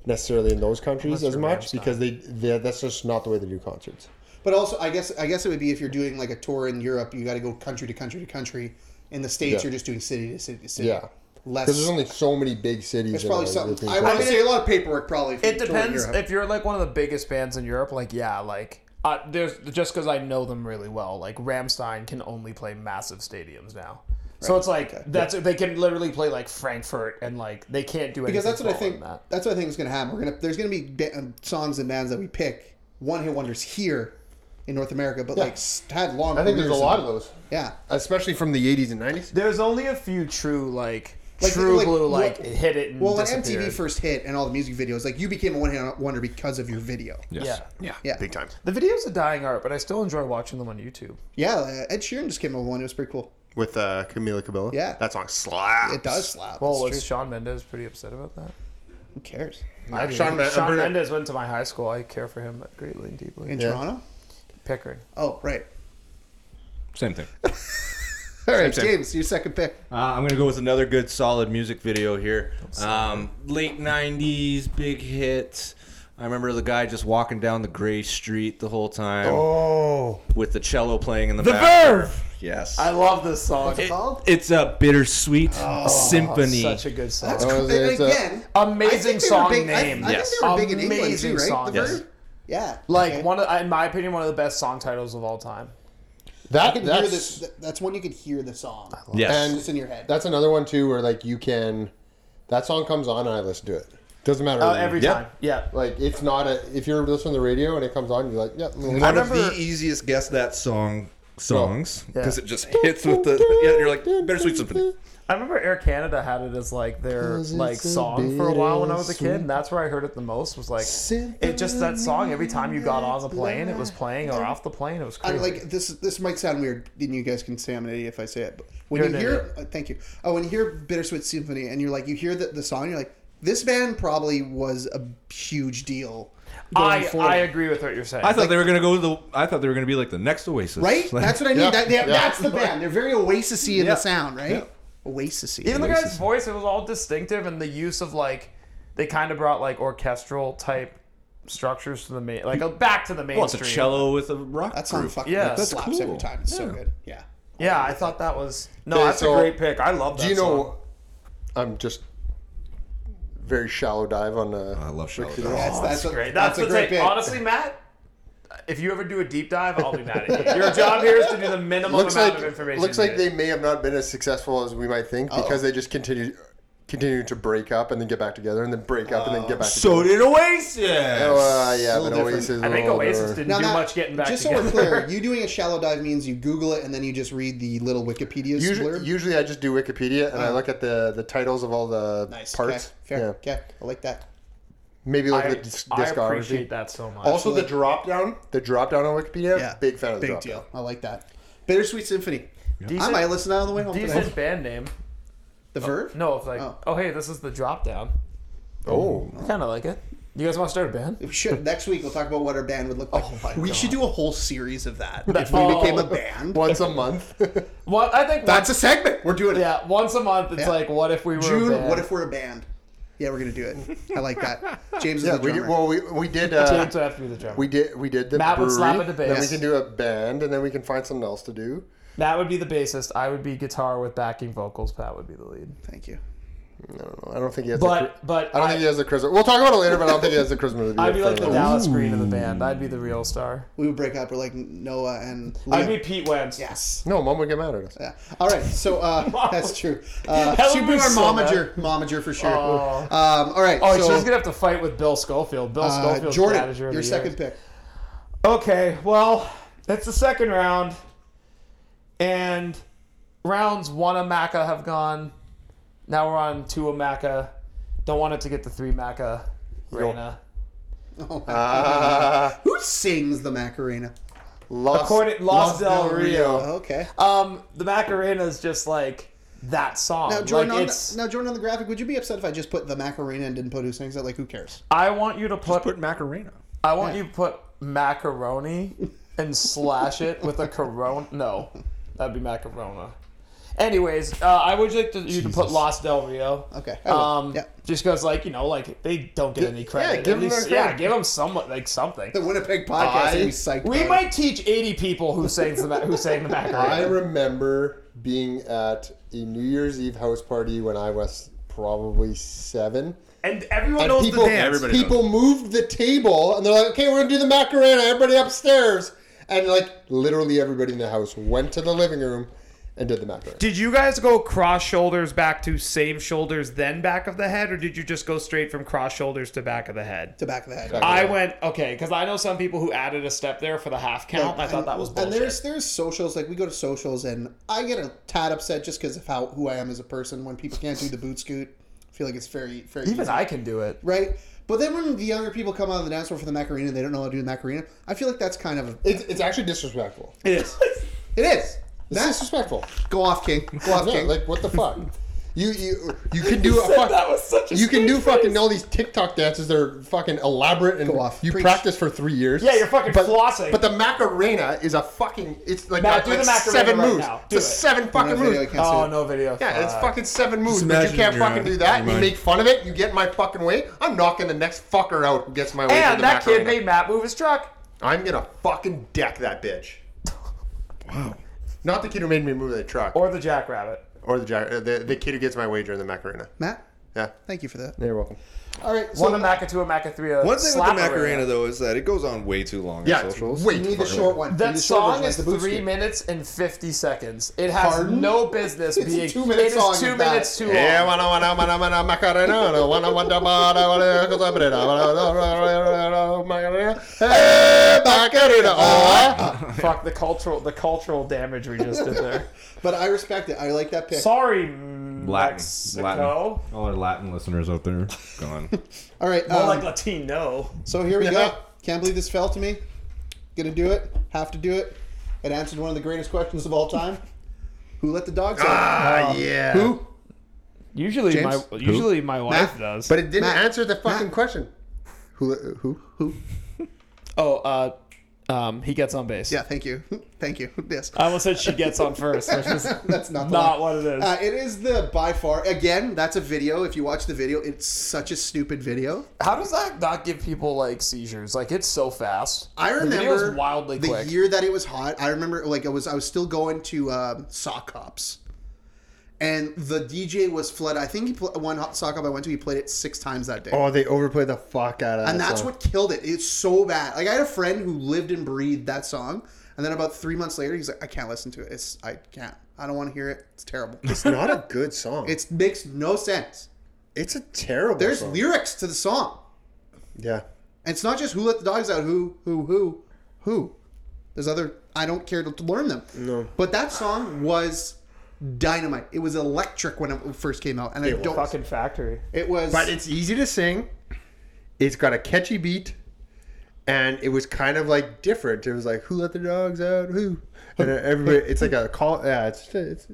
S4: necessarily in those
S2: Unless
S4: countries as
S2: you're
S4: much
S2: Ramstein.
S4: because they, they that's just not the way they do concerts.
S3: But also, I guess I guess it would be if you're doing like a tour in Europe, you got to go country to country to country. In the states,
S4: Yeah.
S3: you're just doing city to city to city.
S4: Yeah,
S3: less.
S4: because there's only so many big cities.
S3: It's
S4: in
S3: probably
S4: a
S3: something.
S4: European
S3: I
S4: country.
S3: want to
S2: mean,
S3: say a lot of paperwork probably. for
S2: it
S3: touring
S2: depends
S3: Europe.
S2: if you're like one of the biggest bands in Europe. Like yeah, like uh, there's just because I know them really well. Like Ramstein can only play massive stadiums now. So it's like that's they can literally play like Frankfurt and like they can't do anything
S3: because that's what I
S2: following
S3: think.
S2: That.
S3: That's what I think is going to happen. We're gonna there's going to be ba- um, songs and bands that we pick one hit wonders here in North America, but like s- had long.
S4: I think there's a lot of those,
S3: Yeah,
S4: especially from the 80s and 90s.
S2: There's only a few true like,
S3: Like-
S2: true
S3: like,
S2: blue
S3: what-
S2: like it hit it. And
S3: well, when
S2: disappeared.
S3: MTV first hit and all the music videos, like you became a one hit wonder because of your video.
S1: Yes.
S2: yeah.
S3: Yeah,
S4: time.
S2: The video's a dying art, but I still enjoy watching them on YouTube.
S3: Yeah, uh, Ed Sheeran just came up with one. It was pretty cool.
S4: with uh, Camila Cabello.
S3: Yeah.
S4: that song slaps.
S3: It does slap.
S2: Well,
S3: it's
S2: was
S3: true.
S2: Sean Mendes pretty upset about that?
S3: Who cares?
S4: I
S2: Sean,
S4: Sean, Mendes.
S2: Mendes went to my high school. I care for him greatly and deeply.
S3: In
S4: Yeah.
S3: Toronto?
S2: Pickering.
S3: Oh, right.
S1: Same thing.
S3: All right,
S1: same.
S3: James, your second pick.
S1: Uh, I'm gonna go with another good, solid music video here. Um, late '90s, big hits. I remember the guy just walking down the gray street the whole time
S4: Oh,
S1: with the cello playing in the,
S2: The
S1: back.
S2: Verve!
S1: Yes,
S2: I love this song.
S3: What's it called?
S1: it's a bittersweet symphony.
S2: Oh, Such a good song.
S3: That's
S4: Oh,
S3: cool. And
S4: there's a-
S3: again, I
S2: Amazing
S3: think they
S2: song
S3: were big, I-
S2: name.
S3: I,
S1: Yes.
S3: think they were big in England
S2: Amazing
S3: too, right?
S2: song.
S3: The
S1: Yes.
S3: Verve? Yeah.
S2: Like
S3: Okay.
S2: one, of, in my opinion, one of the best song titles of all time.
S4: that
S3: You could hear
S4: that's
S3: this- th- that's one you could hear the song.
S1: Yes.
S3: It's
S4: And-
S3: just in your head.
S4: that's another one too where like you can that song comes on and I listen to it. Doesn't matter.
S2: Uh,
S4: what you-
S2: every
S1: Yep.
S2: time. Yeah.
S4: Like it's not a if you're listening to the radio and it comes on, you're like, yeah.
S1: One
S4: What
S1: of
S2: remember-
S1: the easiest guess that song songs
S2: Yeah.
S1: because it just hits with the yeah. You're like bittersweet symphony.
S2: I remember Air Canada had it as like their
S4: 'Cause it's
S2: like
S4: a
S2: song for a while when I was a kid,
S4: bittersweet-
S2: and that's where I heard it the most. Was like it just that song every time you got on the plane, it was playing, or off the plane, it was
S3: I
S2: crazy.
S3: mean, like this. This might sound weird, and you guys can say I'm an idiot if I say it. But when
S2: You're
S3: you
S2: an
S3: hear, uh, thank you. Oh, when you hear Bittersweet Symphony, and you're like, you hear the, the song, you're like, this band probably was a huge deal. going
S2: I,
S3: forward.
S2: I agree with what you're saying.
S1: I thought they were gonna go the. I thought they were gonna be like the next Oasis.
S3: right?
S1: Like-
S3: that's what I mean.
S4: Yeah,
S3: That, they-
S4: yeah.
S3: That's the band. They're very Oasis-y in
S1: Yeah.
S3: the sound, right? Oasis.
S2: Even the guy's voice, it was all distinctive, and the use of like they kind of brought like orchestral type structures to the main, like uh, back to the mainstream.
S1: Well, it's a cello with a rock
S3: That
S1: group.
S3: song fucking
S2: Yeah,
S3: that
S2: that's
S3: slaps
S1: cool.
S3: every time. It's so
S1: Yeah.
S3: good. Yeah.
S2: Yeah, I thought that was no,
S4: Okay,
S2: that's
S4: so-
S2: a great pick. I love that.
S4: Do you
S2: song.
S4: know? I'm just very shallow dive on. Uh,
S1: I love cello.
S4: Ricky-
S3: That's,
S2: Oh, That's,
S3: a-
S2: great. That's,
S3: a
S2: the
S3: great
S2: take.
S3: pick.
S2: Honestly, Matt, if you ever do a deep dive, I'll be mad at you. Your job here is to do the minimum
S4: looks
S2: amount
S4: like
S2: of information. Oh.
S4: looks like
S2: needed.
S4: they may have not been as successful as we might think because they just continue continue to break up and then get back together and then break up and then get back
S1: So
S4: together.
S1: did Oasis.
S4: So uh, yeah,
S3: A
S4: but
S3: little
S4: Oasis. is
S3: different.
S4: a
S2: I think
S4: little
S2: Oasis
S4: different.
S2: didn't
S3: Now,
S2: do
S3: Matt,
S2: much getting back
S3: Just so
S2: together.
S3: we're clear, you doing a shallow dive means you Google it and then you just read the little Wikipedia
S4: Usually,
S3: blurb.
S4: usually I just do Wikipedia
S2: Uh-huh.
S4: and I look at the, the titles of all the
S3: nice.
S4: parts.
S3: Okay. Fair.
S4: Yeah.
S3: Okay. I like that.
S4: Maybe look
S2: I,
S4: at the dis-
S2: I
S4: discography.
S2: appreciate that so much.
S4: Also, the
S3: Absolutely.
S4: drop down, the drop down on Wikipedia.
S3: Yeah.
S4: Big fan of the
S3: Big
S4: drop
S3: deal.
S4: down.
S3: I like that. Bittersweet Symphony. I
S2: Decent-
S3: might listen to that on the way home.
S2: decent
S3: Tonight.
S2: band name.
S3: The Verve?
S2: No, it's like,
S3: Oh.
S2: oh, hey, this is the drop down.
S4: Oh,
S2: I kind of like it. You guys want to start a band?
S3: We should- next week we'll talk about what our band would look like.
S2: Oh my
S3: we
S2: God.
S3: should do a whole series of that. if we
S2: Oh.
S3: became a band,
S4: once a month.
S2: Well, I think
S3: that's a segment. We're doing it.
S2: once, yeah, once a month. It's
S3: Yeah.
S2: like, what if we were a
S3: June.
S2: band?
S3: What if we're a band? Yeah, we're gonna do it. I like that. James is
S4: yeah,
S3: the
S4: we
S3: drummer.
S4: did, well, we, we did. Uh,
S2: James would have to be the drummer.
S4: we did. We did the
S2: Matt would
S4: brewery.
S2: slap at the
S4: Then we
S2: bass.
S4: can do a band, and then we can find something else to do.
S2: Matt would be the bassist. I would be guitar with backing vocals. Pat would be the lead.
S3: Thank you.
S4: I don't know. I don't think he has. the,
S2: But
S4: chri-
S2: but
S4: I don't think he has the charisma. We'll talk about it later, but I don't think he has the charisma. to be
S2: I'd
S4: a
S2: be like
S4: fan
S2: the
S4: of it.
S2: Dallas Green of the band. I'd be the real star.
S3: We would break up. We're like Noah and.
S2: I'd
S3: Liam.
S2: be Pete Wentz.
S3: yes.
S4: No, mom would get mad at us.
S3: Yeah. All right. So uh, that's true. Uh,
S2: That
S3: she'd
S2: would
S3: be
S2: be
S3: our
S2: so
S3: momager, momager for sure.
S2: Oh.
S3: Um, all right.
S2: Oh,
S3: so,
S2: so he's gonna have to fight with Bill Schofield. Bill
S3: uh,
S2: Schofield's
S3: Jordan,
S2: manager of
S3: your
S2: the
S3: second
S2: year.
S3: pick.
S2: Okay, well, it's the second round, and rounds one of Maca have gone. Now we're on two of Maca. Don't want it to get to three Maca. Reina.
S3: Oh, my
S4: Uh,
S3: Who sings the Macarena?
S4: Los,
S2: According- Los Del Rio.
S3: Okay.
S2: Um, the Macarena is just like that song.
S3: Now Jordan,
S2: like
S3: on
S2: it's,
S3: the, now Jordan on the graphic, would you be upset if I just put the Macarena and didn't put who sings it? Like, who cares?
S2: I want you to put,
S1: Put Macarena.
S2: I want you to put macaroni and slash it with a corona. No, that'd be macarona. Anyways, uh, I would like to, you to put Los Del Rio.
S3: Okay. I will.
S2: Um,
S3: yeah.
S2: just because like you know like they don't get any credit.
S4: give
S2: At
S4: them
S2: least-
S4: their
S2: yeah,
S4: credit.
S2: give them somewhat like something.
S3: The Winnipeg podcast.
S4: I-
S3: would be psyched
S2: We
S3: about it.
S2: might teach eighty people who sang the ma- who sang the
S4: I
S2: macarena.
S4: remember being at a New Year's Eve house party when I was probably seven.
S2: and everyone
S4: And
S2: knows
S4: people,
S2: the dance.
S1: Everybody
S4: people moved the table and they're like, okay, we're gonna do the Macarena, everybody upstairs. And like literally everybody in the house went to the living room and did the Macarena.
S2: Did you guys go cross shoulders back to same shoulders then back of the head, or did you just go straight from cross shoulders to back of the head?
S3: to back of the head.
S2: I went okay because I know some people who added a step there for the half count. I thought that was bullshit.
S3: And there's there's socials like we go to socials and I get a tad upset just because of how who I am as a person when people can't do the boot scoot. I feel like it's very very easy,
S2: I can do it.
S3: right. But then when the younger people come out of the dance floor for the Macarena, and they don't know how to do the Macarena. I feel like that's kind of
S4: It's, it's actually disrespectful.
S3: it is. it is.
S4: It's
S3: That-
S4: disrespectful.
S3: go off, King. Go off,
S4: Yeah,
S3: King.
S4: like what the fuck? You you you can do a fuck,
S2: that was such a
S4: you can
S2: straight
S4: do fucking
S2: face.
S4: all these TikTok dances. They're fucking elaborate and
S3: Go off.
S4: you
S3: Preach.
S4: practice for three years.
S2: Yeah, you're fucking
S4: but,
S2: flossing.
S4: But the Macarena is a fucking. It's like,
S2: Matt,
S4: got,
S2: do the
S4: like
S2: Macarena
S4: seven
S2: right
S4: moves.
S2: now.
S4: It's a
S2: Do it.
S4: seven fucking
S3: No video,
S4: moves.
S3: I can't see
S2: Oh
S3: it.
S2: no video.
S4: Yeah, it's
S2: Fuck.
S4: fucking seven moves,
S1: Just
S4: but you
S1: imagine
S4: can't
S1: you're
S4: fucking
S1: on-
S4: do that.
S1: never
S4: You
S1: mind.
S4: make fun of it. You get in my fucking way. I'm knocking the next fucker out who gets my way. to
S2: And
S4: the
S2: that
S4: Macarena.
S2: kid made Matt move his truck.
S4: I'm gonna fucking deck that bitch. Wow. Not the kid who made me move the truck, or,
S2: Or the jackrabbit.
S4: the, jack, uh, the the kid who gets my way during the Macarena.
S3: Matt,
S4: Yeah.
S3: thank you for that.
S4: You're welcome.
S3: All right, so
S2: One a Maca, two a Maca, three a
S1: One thing with
S2: slap
S1: the
S2: a
S1: Macarena
S2: Macarena.
S1: though is that it goes on way too long on
S4: Yeah.
S1: socials.
S4: Wait.
S3: you need the short one. You need
S2: That
S3: the short
S2: song
S3: version, like
S2: is
S3: the boot
S2: three
S3: scoot.
S2: minutes and fifty seconds. It has
S3: Pardon?
S2: no business
S3: It's a
S2: being.
S3: two-minute
S2: it is
S3: song
S2: two
S3: of that.
S2: minutes too long.
S4: Yeah, wana, wana, wana, wana, Macarena, wana, wana, wana, wana, wana, wana, wana, wana, wana, wana, wana, Macarena. Hey, Macarena. Oh,
S2: Fuck the cultural the cultural damage we just did there.
S3: But I respect it. I like that pick.
S2: Sorry,
S1: Latin,
S2: Mexico.
S1: Latin. All our Latin listeners out there, gone.
S3: All right,
S2: More
S3: um,
S2: Oh, like Latino.
S3: So here we
S4: Yeah.
S3: go. Can't believe this fell to me. Gonna do it. Have to do it. It answered one of the greatest questions of all time. Who let the dogs out?
S4: ah, yeah.
S3: Who?
S2: Usually
S3: James?
S2: my usually my wife
S3: Matt?
S2: does.
S4: But it didn't
S3: Matt.
S4: answer the fucking
S3: Matt.
S4: question. Who? Who? Who?
S2: oh, uh, Um, he gets on base.
S3: Yeah, thank you. thank you. Yes.
S2: I almost said she gets on first, which is
S3: That's not the
S2: Uh, not
S3: one.
S2: what it is.
S3: Uh, it is the by far again. That's a video. If you watch the video, it's such a stupid video.
S2: How does that not give people like seizures? Like it's so fast.
S3: I
S2: the
S3: remember
S2: video's wildly
S3: the
S2: quick.
S3: year that it was hot. I remember like I was I was still going to um, sock hops, and the DJ was flood. I think he pl- one hot sock hop I went to. He played it six times that day.
S4: Oh, they overplayed the fuck out of that.
S3: and that's
S4: song.
S3: what killed it. It's so bad. Like I had a friend who lived and breathed that song, and then about three months later, he's like, "I can't listen to it. It's I can't. I don't want to hear it. It's terrible.
S4: It's not a good song. It's
S3: it makes no sense.
S4: it's a terrible.
S3: There's
S4: song.
S3: lyrics to the song,
S4: yeah.
S3: and it's not just who let the dogs out. Who who who who? There's other. I don't care to, to learn them. No. But that song was dynamite. It was electric when it first came out, and I don't.
S2: Fucking factory.
S3: It was.
S4: But it's easy to sing. It's got a catchy beat, and it was kind of like different. It was like, "Who let the dogs out? Who?" And everybody, it's like a call. Yeah, it's it's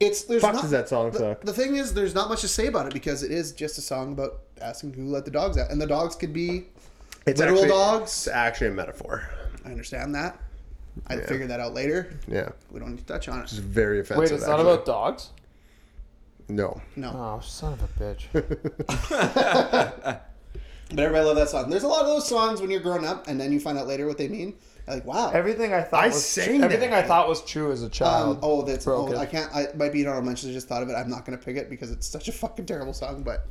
S3: It's there's
S4: Fuck
S3: not,
S4: does that song
S3: the,
S4: suck.
S3: The thing is, there's not much to say about it because it is just a song about asking who let the dogs out, and the dogs could be
S4: it's
S3: literal
S4: actually,
S3: dogs.
S4: It's actually a metaphor.
S3: I understand that. I figured that out later.
S4: Yeah,
S3: We don't need to touch on it.
S4: it's very offensive.
S2: Wait, it's not
S4: actually.
S2: about dogs.
S4: no.
S3: No,
S2: Oh, son of a bitch.
S3: but everybody loved that song. There's a lot of those songs when you're growing up, and then you find out later what they mean. You're like wow.
S2: everything I thought
S4: I
S2: was
S4: sang that.
S2: everything I thought was true as a child.
S3: um, oh, that's
S2: broken.
S3: oh, I can't. I might be honorable mention. I just thought of it. I'm not gonna pick it because it's such a fucking terrible song. But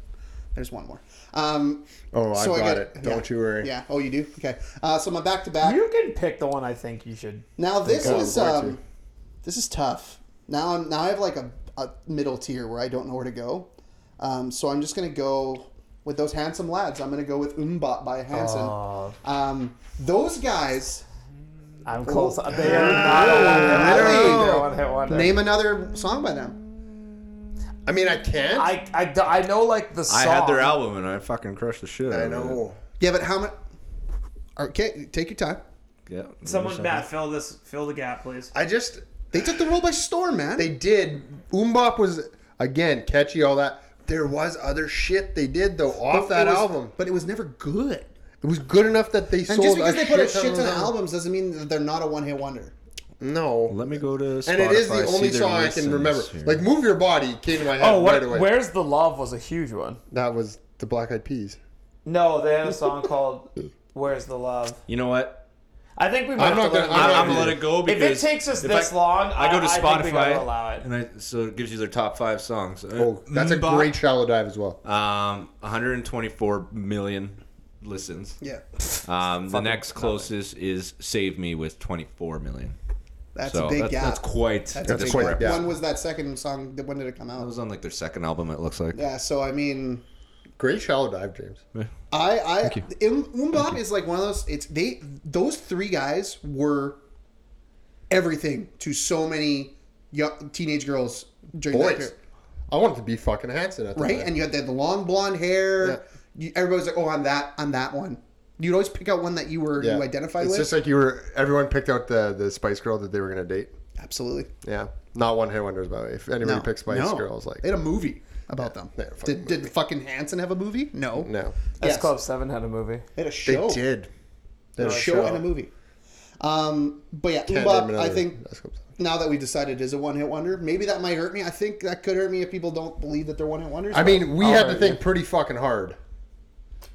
S3: there's one more. Um,
S4: Oh, I
S3: so
S4: got
S3: gotta-
S4: it. Don't
S3: yeah.
S4: you worry.
S3: Yeah. Oh, you do. Okay. Uh, so my back to back.
S2: You can pick the one I think you should.
S3: Now this
S4: I'm
S3: is
S4: going
S3: um,
S4: to.
S3: this is tough. Now I'm now I have like a, a middle tier where I don't know where to go. Um, so I'm just gonna go with those handsome lads. I'm gonna go with Umbot by Hanson.
S2: Oh,
S3: Um, those guys.
S2: I'm close. They are not a
S3: Really?
S2: one hit wonder. They're a one hit wonder.
S3: Name another song by them.
S4: I mean, I can. I,
S2: I, I, d- I know like the song.
S1: I had their album and I fucking crushed the shit. out of it.
S4: know.
S3: Yeah, but how many? Okay, take your time.
S1: Yeah.
S5: Someone, Matt, fill this, fill the gap, please.
S4: I just
S3: They took the world by storm, man.
S4: they did. Umbop was again catchy. All that. There was other shit they did though off that
S3: It was-
S4: album.
S3: but it was never good.
S4: It was good enough that they
S3: And
S4: sold.
S3: just because they put a
S4: ton
S3: shit ton of
S4: them.
S3: albums doesn't mean that they're not a one-hit wonder.
S4: No.
S1: Let me go to. Spotify,
S4: And it is the
S1: see
S4: only
S1: their
S4: song I can
S1: listens
S4: remember.
S1: here.
S4: Like "Move Your Body" came to my head
S2: Oh, what,
S4: right away.
S2: where's the love was a huge one.
S4: That was the Black Eyed Peas.
S2: No, they had a song called "Where's the Love."
S1: you know what?
S2: I think we might
S4: I'm
S2: have
S4: not
S2: to let
S4: gonna-
S2: it
S4: I'm
S2: go.
S4: not
S1: I'm, gonna let it go
S2: If
S1: because
S2: it takes us
S1: if
S2: this
S1: I-
S2: long,
S1: I go to
S2: think we gotta
S1: Spotify
S2: allow it.
S1: and I so it gives you their top five songs.
S3: Uh,
S4: Oh, that's a
S1: Mbop,
S4: great shallow dive as well.
S1: Um, 124 million listens.
S3: Yeah,
S1: Um, the next closest is "Save Me" with 24 million.
S3: that's
S1: so
S3: a big
S1: that's,
S3: gap.
S1: that's quite. That's,
S3: That's, a big
S4: quite
S3: gap.
S4: a gap.
S3: When was that second song? When did it come
S1: That
S3: out?
S1: was on like their second album. It looks like.
S3: Yeah, so I mean,
S4: Great shallow dive, James.
S3: I, I, Um, Umbop is like one of those. It's they, those three guys were everything to so many young, teenage girls during that
S4: Boys,
S3: period,
S4: I wanted to be fucking Hanson at the
S3: right? And you had they had the long blonde hair.
S4: Yeah.
S3: You, everybody's like, "Oh, I'm that, I'm that one." You'd always pick out one that you were you identified
S4: it's
S3: with.
S4: just like you were. Everyone picked out the the Spice Girl that they were gonna date.
S3: Absolutely,
S4: Yeah, not one hit wonders by the way. If anybody picks Spice Girls, like
S3: they had a movie about them.
S4: they had a fucking
S3: Did, did fucking Hanson have a movie? No,
S4: no,
S2: S
S3: Yes.
S2: Club Seven had a movie.
S3: they had a
S4: they
S3: show.
S4: did. They
S3: a
S4: had
S3: show and a movie. Um, but yeah,
S4: Can't
S3: Umbop,
S4: name
S3: I
S4: another
S3: think
S4: Ice Cube song.
S3: now that we've decided is a one hit wonder, maybe that might hurt me. I think that could hurt me if people don't believe that they're one hit wonders.
S4: I mean, we had to
S2: Alright.
S4: think pretty fucking hard.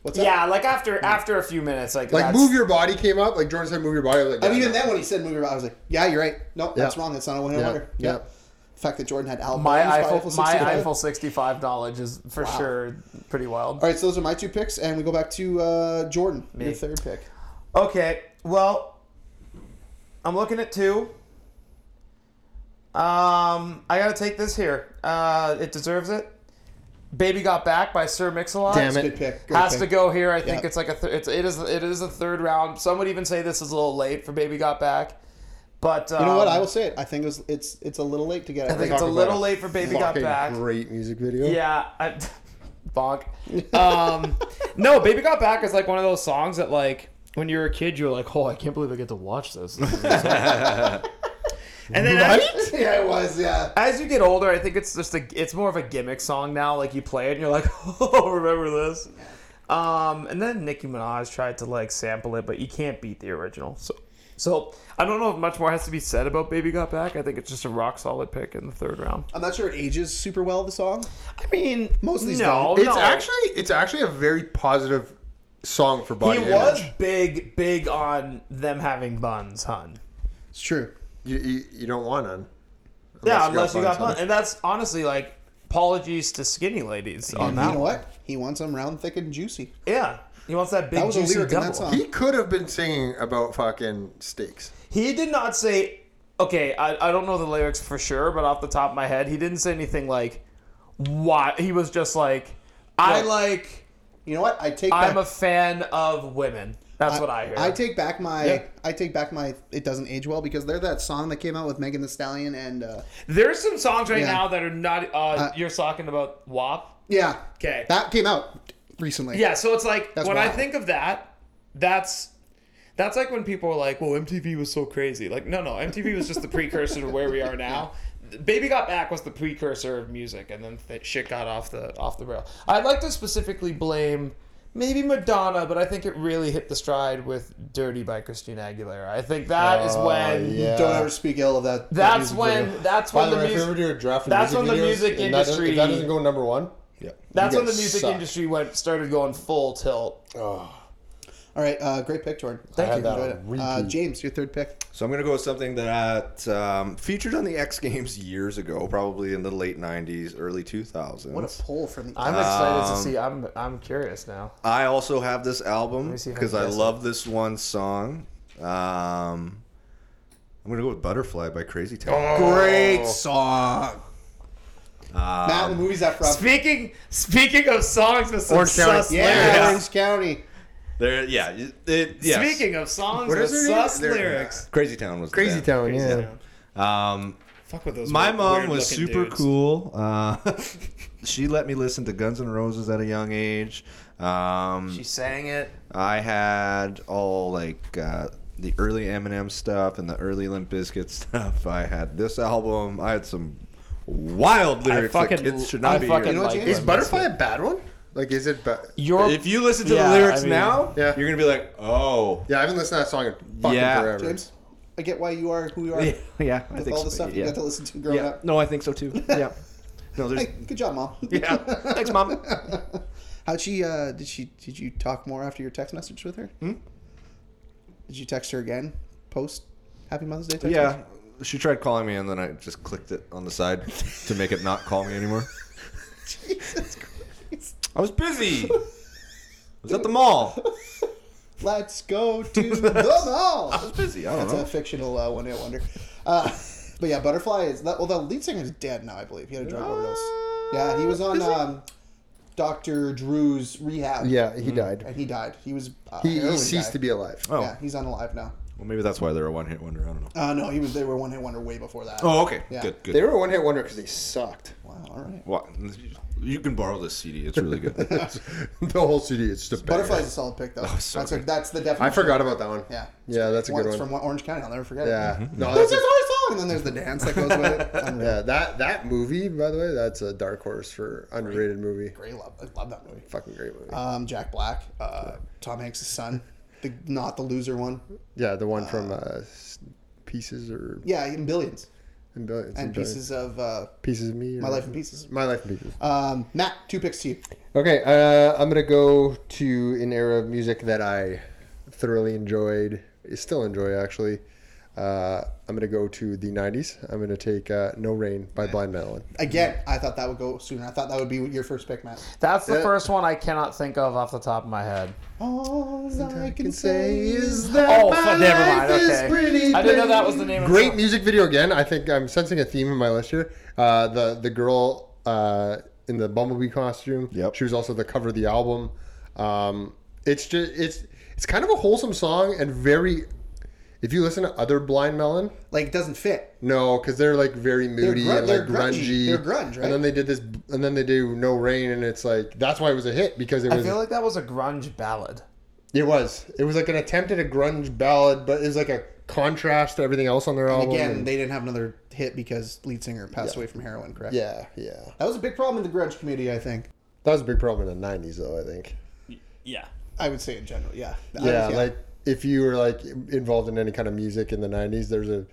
S3: what's that?
S2: Yeah, like after after a few minutes, like
S4: Like,
S2: that's-
S4: move your body came up. Like Jordan said, move your body. I was like,
S3: And
S4: yeah,
S3: even then, when he said movie, I was like, yeah, you're right. No, that's
S4: Yeah.
S3: wrong. That's not a one hit
S4: Yeah.
S3: wonder.
S4: Yeah.
S3: The fact that Jordan had Al
S2: My
S3: Bundy's by
S2: Eiffel, my
S3: 65.
S2: Eiffel 65 knowledge is for sure pretty wild.
S3: All right, so those are my two picks, and we go back to uh, Jordan, your third pick.
S2: Okay, well, I'm looking at two. Um, I gotta take this here. Uh, it deserves it. "Baby Got Back" by Sir Mix-a-Lot.
S4: Damn
S3: That's a
S4: it.
S3: good pick. Good
S2: has
S3: pick.
S2: to go here. I think
S3: Yeah.
S2: it's like a th- it's, it is it is a third round. Some would even say this is a little late for Baby Got Back, but um,
S3: You know what? I will say it. I think it was, it's it's a little late to get it.
S2: I think
S3: right.
S2: it's a
S4: Talk
S2: little
S4: about a
S2: late for Baby Got
S4: fucking
S2: Back.
S4: Great music video.
S2: Yeah, I, bonk. Um, no, Baby Got Back is like one of those songs that like when you're a kid, you're like, oh, I can't believe I get to watch this. and then as,
S3: yeah, it was. Yeah.
S2: as you get older, I think it's just a it's more of a gimmick song now. Like you play it and you're like, oh, remember this. Um, and then Nicki Minaj tried to like sample it, but you can't beat the original. So, so I don't know if much more has to be said about Baby Got Back. I think it's just a rock solid pick in the third round.
S3: I'm not sure it ages super well. The song.
S2: I mean,
S3: Most of these
S2: no,
S3: don't.
S4: It's
S2: no.
S4: actually it's actually a very positive song for
S2: he
S4: body
S2: was
S4: image.
S2: big, big on them having buns, hun.
S3: It's true.
S4: You, you, you don't want none.
S2: yeah, unless you got
S4: buns,
S2: buns, and that's honestly like apologies to skinny ladies on
S3: And
S2: that.
S3: you know
S2: one.
S3: what? He wants them round, thick, and juicy.
S2: Yeah, he wants that big
S3: That was a
S2: juicy
S3: lyric in
S2: double.
S3: that song.
S4: He could have been singing about fucking steaks.
S2: He did not say. Okay, I, I don't know the lyrics for sure, but off the top of my head, he didn't say anything like why. He was just like, I
S3: Right.
S2: like.
S3: You know what? I take.
S2: I'm
S3: back,
S2: a fan of women. That's what I hear.
S3: I take back my.
S2: Yeah.
S3: I take back my. It doesn't age well because they're that song that came out with Megan The Stallion and. Uh,
S2: There's some songs right
S3: Yeah.
S2: now that are not. Uh, you're talking about WAP.
S3: yeah.
S2: Okay.
S3: That came out recently.
S2: Yeah, so it's like
S3: That's
S2: when I
S3: wild.
S2: think of that, that's that's like when people are like, "Well, MTV was so crazy." Like, no, no, MTV was just the precursor to where we are now. Baby Got Back was the precursor of music, and then th- shit got off the off the rail. I'd like to specifically blame maybe Madonna, but I think it really hit the stride with "Dirty" by Christina Aguilera. I think that is when
S4: Oh, yeah.
S3: Don't ever speak ill of that. that
S2: that's
S3: music
S2: when
S3: video.
S2: that's
S4: By
S2: when
S4: the
S2: the
S4: way, if you ever
S2: music
S4: do a draft of
S2: that's
S4: music
S2: when the
S4: videos,
S2: music
S4: and that doesn't-
S2: industry-
S4: if that doesn't go number one.
S3: Yeah.
S2: that's
S4: you
S2: when the
S4: guys
S2: music
S4: suck.
S2: industry went started going full tilt.
S3: All right. Uh, great pick, Jordan.
S4: I had
S3: Thank you.
S4: that
S3: Enjoyed
S4: on
S3: it. Uh,
S4: repeat.
S3: James, your third pick.
S1: So I'm gonna go with something that um, featured on the X Games years ago, probably in the late '90s, early 2000s.
S3: What a pull from the.
S2: I'm excited to see. I'm I'm curious now.
S1: I also have this album
S2: see if I
S1: because
S2: can
S1: I,
S2: guess it.
S1: love this one song. Um, I'm gonna go with "Butterfly" by Crazy
S2: Oh.
S1: Town.
S3: Great song. Matt, what movie's that from?
S2: Speaking speaking of songs with some
S4: Orange County.
S2: sus
S3: Oh. yeah,
S2: lyrics.
S3: Orange County.
S1: There, yeah, it, it- yes.
S2: Speaking of songs
S4: What
S2: with
S4: is her name?
S2: sus
S4: There-
S2: lyrics.
S1: Crazy Town was the
S4: Crazy
S1: band.
S2: Oh,
S4: Town, yeah.
S1: Um,
S2: Fuck with those.
S1: my
S2: weird-
S1: mom
S2: weird
S1: was
S2: looking
S1: super
S2: dudes.
S1: cool. Uh, she let me listen to Guns N' Roses at a young age. Um,
S2: She sang it.
S1: I had all like uh, the early Eminem stuff and the early Limp Bizkit stuff. I had this album. I had some wild lyrics that
S2: fucking-
S1: kids should not
S2: I
S1: be
S2: fucking
S1: hearing.
S2: like
S3: James?
S4: Is
S2: Limp
S4: Butterfly a bad one? Like, is it? Ba-
S2: Your
S1: If you listen to
S2: Yeah,
S1: the lyrics
S2: I mean-
S1: now,
S4: Yeah.
S1: you're gonna be like, oh,
S4: yeah, I haven't listened to that song in fucking
S1: Yeah.
S4: forever.
S3: James, I get why you are who you are.
S1: yeah, yeah I
S3: With
S1: think
S3: all
S1: so.
S3: the stuff you
S1: yeah.
S3: got to listen to growing up.
S1: no, I think so too. Yeah. No, there's
S3: Hey, good job, mom.
S2: yeah. Thanks, mom.
S3: How'd she? Uh, did she? Did you talk more after your text message with her? Hmm? Did you text her again? Post Happy Mother's Day. Text
S1: yeah. She tried calling me and then I just clicked it on the side to make it not call me anymore.
S3: message? Jesus Christ.
S1: I was busy. I was at the mall.
S3: Let's go to the
S1: I
S3: mall.
S1: was busy. I don't
S3: That's
S1: know.
S3: a fictional uh, one-hit wonder. Uh, but yeah, Butterfly is that. Well, the lead singer is dead now, I believe. He had a drug overdose. Yeah, he was on um, Doctor Drew's rehab.
S4: Yeah, he died.
S3: Mm. and he died. He was. Uh,
S4: He, he
S3: heroin
S4: ceased
S3: guy.
S4: to be alive.
S1: Oh,
S3: Yeah, he's unalive now.
S1: well, maybe that's why they're a one-hit wonder. I don't know.
S3: Uh, no, he was. They were one hit wonder way before that.
S1: Oh, okay.
S3: Yeah.
S1: Good, good.
S4: They were a one hit wonder because they sucked.
S3: Wow. All right.
S1: Well, you can borrow this CD. It's really good.
S4: the whole CD is just
S3: Butterfly's
S4: bad.
S3: a solid pick, though.
S1: so
S3: that's, a,
S1: good.
S3: that's the definition.
S4: I forgot about that one.
S3: Yeah.
S4: Yeah, that's a
S3: One-
S4: good
S3: it's
S4: one.
S3: from Orange County. I'll never forget it.
S4: Yeah. No,
S3: This is
S4: that's a-
S3: our song! And then there's the dance that goes with it. Unreal.
S4: yeah, that that movie, by the way, that's a dark horse for underrated movie.
S3: Great love. I love that movie.
S4: Fucking great movie.
S3: Um, Jack Black, uh, Tom Hanks' son, the, not the loser one.
S4: yeah, the one from uh, s- Pieces or
S3: Yeah, in Billions.
S4: and Billions
S3: And
S4: Billions.
S3: Pieces of uh,
S4: Pieces of Me. or-
S3: My Life in Pieces.
S4: My Life in Pieces.
S3: Um, Matt, two picks to you.
S4: Okay, uh, I'm gonna go to an era of music that I thoroughly enjoyed, still enjoy actually. Uh, I'm gonna go to the '90s. I'm gonna take uh, "No Rain" by Blind Melon.
S3: Again, I thought that would go sooner. I thought that would be your first pick, Matt.
S2: That's the first one I cannot think of off the top of my head.
S3: All I can
S4: say
S3: say
S4: is
S3: is
S4: that
S3: that
S2: Oh, fuck, never mind. Okay. I didn't know that was the name. of the
S4: Great
S2: song.
S4: music video again. I think I'm sensing a theme in my list here. Uh, the the girl uh, in the bumblebee costume.
S1: Yep.
S4: She was also the cover of the album. Um, it's just it's it's kind of a wholesome song and very. If you listen to other Blind Melon,
S3: like it doesn't fit.
S4: no, because they're like very moody
S3: grun-
S4: and like
S3: they're grungy.
S4: grungy.
S3: They're grunge, right?
S4: And then they did this, and then they do No Rain, and it's like that's why it was a hit because it
S2: I
S4: was
S2: feel like that was a grunge ballad.
S4: it was it was like an attempt at a grunge ballad, but it was like a contrast to everything else on their album.
S3: Again,
S4: and-
S3: they didn't have another hit because lead singer passed away from heroin, correct?
S4: yeah, yeah.
S3: That was a big problem in the grunge community, I think.
S4: That was a big problem in the '90s, though. I think.
S2: Yeah.
S3: I would say in general, yeah. I would-
S4: Yeah, like if you were like involved in any kind of music in the '90s, there's a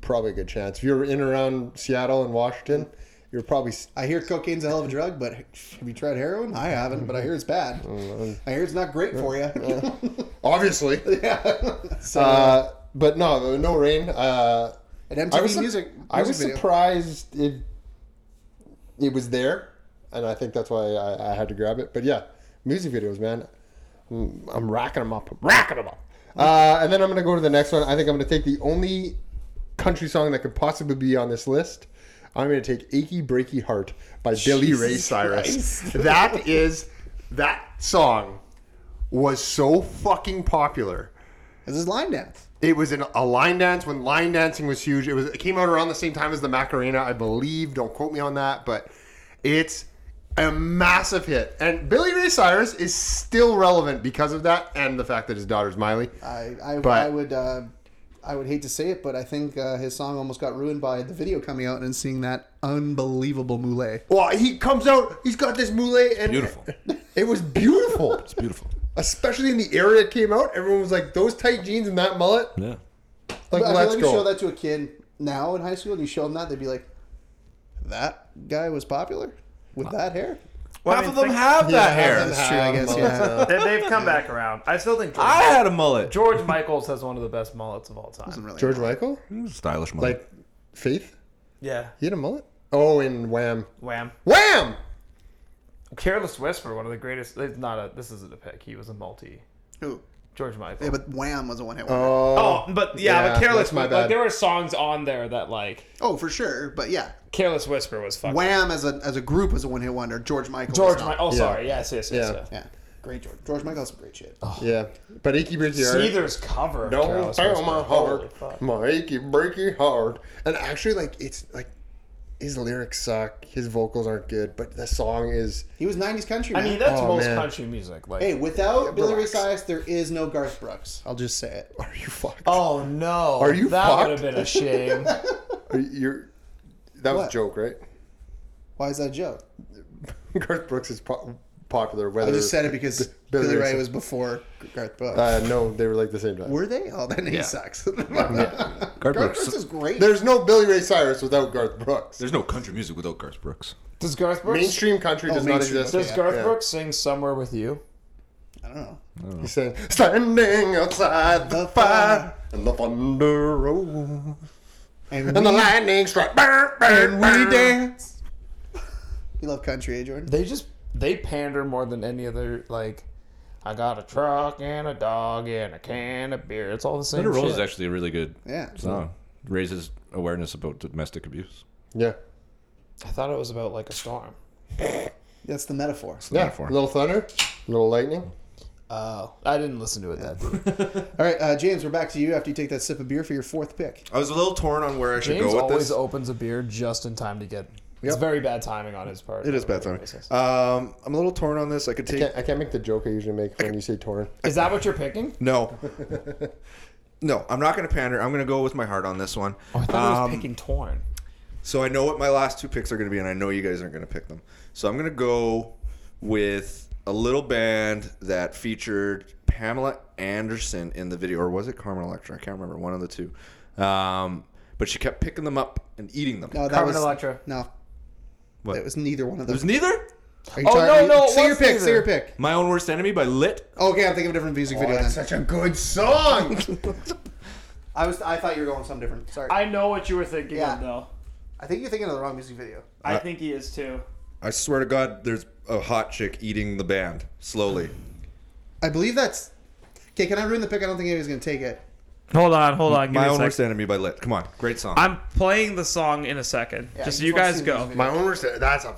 S4: probably a good chance. If you were in and around Seattle and Washington, you're probably s-
S3: I hear cocaine's a hell of a drug, but have you tried heroin? I haven't, but I hear it's bad.
S4: Oh,
S3: I hear it's not great for you.
S4: obviously.
S3: yeah. So,
S4: Uh, but no, no rain. Uh,
S3: at MTV
S4: I was, sup-
S3: music,
S4: I was
S3: music video.
S4: surprised it it was there, and I think that's why I, I had to grab it. But yeah, music videos, man, Mm, I'm racking them up, I'm racking them up. Uh, and then I'm gonna go to the next one. I think I'm gonna take the only country song that could possibly be on this list. I'm gonna take "Achy Breaky Heart" by Billy Ray Cyrus. that is that song was so fucking popular.
S3: This is line dance.
S4: It was in a line dance when line dancing was huge. It was it came out around the same time as the Macarena, I believe. Don't quote me on that, but it's a massive hit. And Billy Ray Cyrus is still relevant because of that and the fact that his daughter's Miley.
S3: I, I,
S4: But-
S3: I would, uh, I would hate to say it, but I think uh, his song almost got ruined by the video coming out and seeing that unbelievable moulet.
S4: Well, he comes out, he's got this moulet and
S1: Beautiful.
S4: It was beautiful.
S1: It's beautiful.
S4: Especially in the era it came out, everyone was like, those tight jeans and that mullet,
S1: Yeah.
S4: like
S3: But I feel
S4: let's
S3: like you
S4: go.
S3: show that to a kid now in high school, and you show them that, they'd be like, "That guy was popular with that hair."
S1: Half
S2: I mean,
S1: of them
S2: think-
S1: have that
S3: That's
S1: hair.
S3: true, I guess. Yeah,
S2: They, they've come back around. I still think George,
S1: I had a mullet.
S2: George Michaels has one of the best mullets of all time.
S3: really.
S4: George Michael?
S1: Hmm. Stylish mullet.
S4: Like Faith?
S2: Yeah.
S4: He had a mullet? Oh, in Wham.
S2: Wham.
S4: Wham!
S2: Careless Whisper, one of the greatest. It's not a. This isn't a pick. He was a multi.
S3: Who?
S2: George Michael.
S3: Yeah, but Wham was a one hit wonder.
S4: Oh,
S2: oh, but yeah,
S4: yeah,
S2: but Careless.
S4: that's my
S2: Whi-
S4: bad.
S2: Like there were songs on there that like
S3: Oh, for sure. But yeah,
S2: Careless Whisper was fucking.
S3: Wham as a as a group was a one hit wonder. George Michael.
S2: George
S3: was
S2: Michael.
S3: not.
S2: Oh, sorry. Yes, yes, yes.
S4: Yeah.
S2: yes.
S3: Yeah, great George. George Michael's some great shit.
S4: yeah. But Icky Breaky Heart.
S2: Seether's cover. of
S4: Don't
S2: Careless
S4: tear
S2: Whisper.
S4: my
S2: Holy
S4: heart,
S2: fuck.
S4: my achy breaky heart. And actually, like it's like his lyrics suck, his vocals aren't good, but the song is.
S3: He was '90s country.
S2: I
S3: man.
S2: mean, that's
S4: Oh,
S2: most
S4: man.
S2: country music. Like,
S3: hey, without Billy Ray
S4: relax.
S3: Cyrus, there is no Garth Brooks. I'll just say it.
S4: Are you fucked?
S2: oh no,
S4: Are you
S2: That
S4: fucked?
S2: would have been a shame.
S4: Are you- You're. That was
S3: What?
S4: a joke, right?
S3: Why is that a joke?
S4: Garth Brooks is po- popular. Whether
S3: I just said it because
S4: Billy
S3: Billy,
S4: Ray
S3: Ray
S4: Cy-
S3: was before Garth Brooks.
S4: Uh, no, they were like the same time.
S3: Were they? Oh, that name sucks.
S1: Garth
S3: Garth
S1: Brooks.
S3: Brooks is great.
S4: There's no Billy Ray Cyrus without Garth Brooks.
S1: There's no country music without Garth Brooks.
S2: Does Garth Brooks?
S4: Oh, Mainstream country does not
S3: mainstream,
S4: exist.
S2: does
S3: Yeah,
S2: Garth
S4: yeah.
S2: Brooks sing "Somewhere with You"?
S3: I don't know.
S4: He sang, standing outside the fire and the thunder rolls.
S3: And
S4: And
S3: we,
S4: the lightning struck. Burr, burr,
S3: and we
S4: burr.
S3: dance. You love country, eh, Jordan?
S2: They just they pander more than any other. Like, I got a truck and a dog and a can of beer. It's all the same.
S1: Thunder Rolls is
S2: shit.
S1: actually a really good
S3: Yeah.
S1: song. Raises awareness about domestic abuse.
S4: Yeah.
S2: I thought it was about like a storm.
S3: That's the metaphor.
S4: Yeah.
S1: metaphor.
S4: Little thunder, little lightning.
S2: Oh, I didn't listen to it that deep.
S3: All right, uh, James, we're back to you after you take that sip of beer for your fourth pick.
S1: I was a little torn on where I should
S2: James always opens a beer just in time to get. It's very bad timing on his part.
S1: It is bad timing. Um, I'm a little torn on this. I could take
S4: Can't, I can't make the joke I usually make when you say torn.
S2: Is that what you're picking?
S1: no, no. I'm not going to pander. I'm going to go with my heart on this one.
S2: Oh, I thought he was
S1: Um,
S2: picking torn.
S1: So I know what my last two picks are going to be, and I know you guys aren't going to pick them. So I'm going to go with a little band that featured Pamela Anderson in the video, or was it Carmen Electra? I can't remember. One of the two. Um, but she kept picking them up and eating them.
S3: No, that
S2: Carmen
S3: was
S2: Electra.
S3: No,
S1: What?
S3: it was neither one of
S1: It
S3: those.
S1: was neither.
S3: Are you
S2: Oh, no,
S3: talking-
S2: no, it
S3: Say your
S2: was
S3: pick.
S2: neither.
S3: Say your pick.
S1: My own worst enemy by Lit.
S3: Okay, I'm thinking of a different music video. Then.
S4: a good song.
S3: I was. I thought you were going something different. Sorry. I,
S2: I know what you were thinking
S3: Yeah.
S2: of, though.
S3: think you're thinking of the wrong music video.
S6: Uh,
S2: I think he is too.
S1: I swear to God, there's a hot chick eating the band slowly.
S3: I believe that's. Okay, can I ruin the pick? I don't think anybody's gonna take it.
S2: Hold on, hold on. Give
S1: My
S2: me a
S1: own
S2: sec.
S1: worst enemy by Lit. Come on, great song.
S2: I'm playing the song in a second. just
S3: I
S2: you
S3: wanna
S2: guys
S3: see the
S2: go.
S3: music
S4: My
S3: video.
S4: own worst. That's a.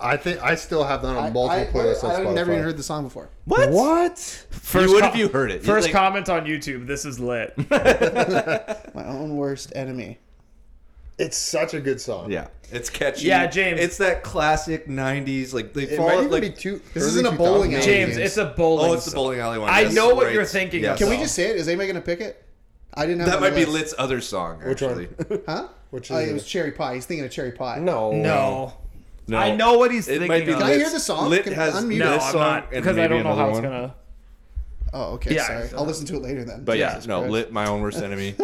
S4: I think I still have that on multiple
S3: I, I,
S4: playlists on
S3: I,
S4: Spotify.
S3: I've never even heard the song before.
S1: what?
S4: What?
S2: First
S1: you would
S2: com-
S1: if you heard it.
S2: First
S1: Like-
S2: comment on YouTube. This is lit.
S3: My own worst enemy.
S4: It's such a good song.
S1: Yeah, it's catchy.
S2: Yeah, James.
S1: It's that classic '90s like they
S4: It
S1: fall
S4: might even
S1: like
S4: be too.
S3: This
S4: early
S3: isn't a bowling
S4: 2000s.
S3: alley.
S2: James,
S3: James.
S2: it's a bowling.
S1: Oh, it's the
S2: song.
S1: bowling alley one.
S2: I
S1: Yes,
S2: know what
S1: right.
S2: you're thinking
S1: Yes.
S2: of.
S3: Can we
S2: So-
S3: just say it? Is anybody gonna pick it? I didn't. Have it
S1: That
S3: on
S1: might be
S3: my list.
S1: Lit's other song.
S4: Which one?
S1: Actually.
S3: Huh?
S4: Which
S3: Oh,
S4: is
S3: it
S4: it?
S3: was cherry pie. He's thinking of cherry pie.
S4: No.
S2: No.
S1: Oh. No,
S6: I know what he's
S1: It
S6: thinking.
S1: might be
S6: of.
S3: Can I hear
S1: This-
S3: the song?
S1: Lit
S3: Can-
S1: has
S3: unmute
S6: no,
S1: this
S6: I'm
S1: song
S6: not
S1: and
S6: because I
S1: maybe
S6: don't know
S1: another
S6: how it's
S1: one.
S6: gonna.
S3: Oh, okay.
S6: Yeah,
S3: sorry.
S6: so-
S3: I'll listen to it later then.
S1: uh, But yeah,
S3: Jesus
S1: no,
S3: Christ.
S1: lit my own worst enemy. um,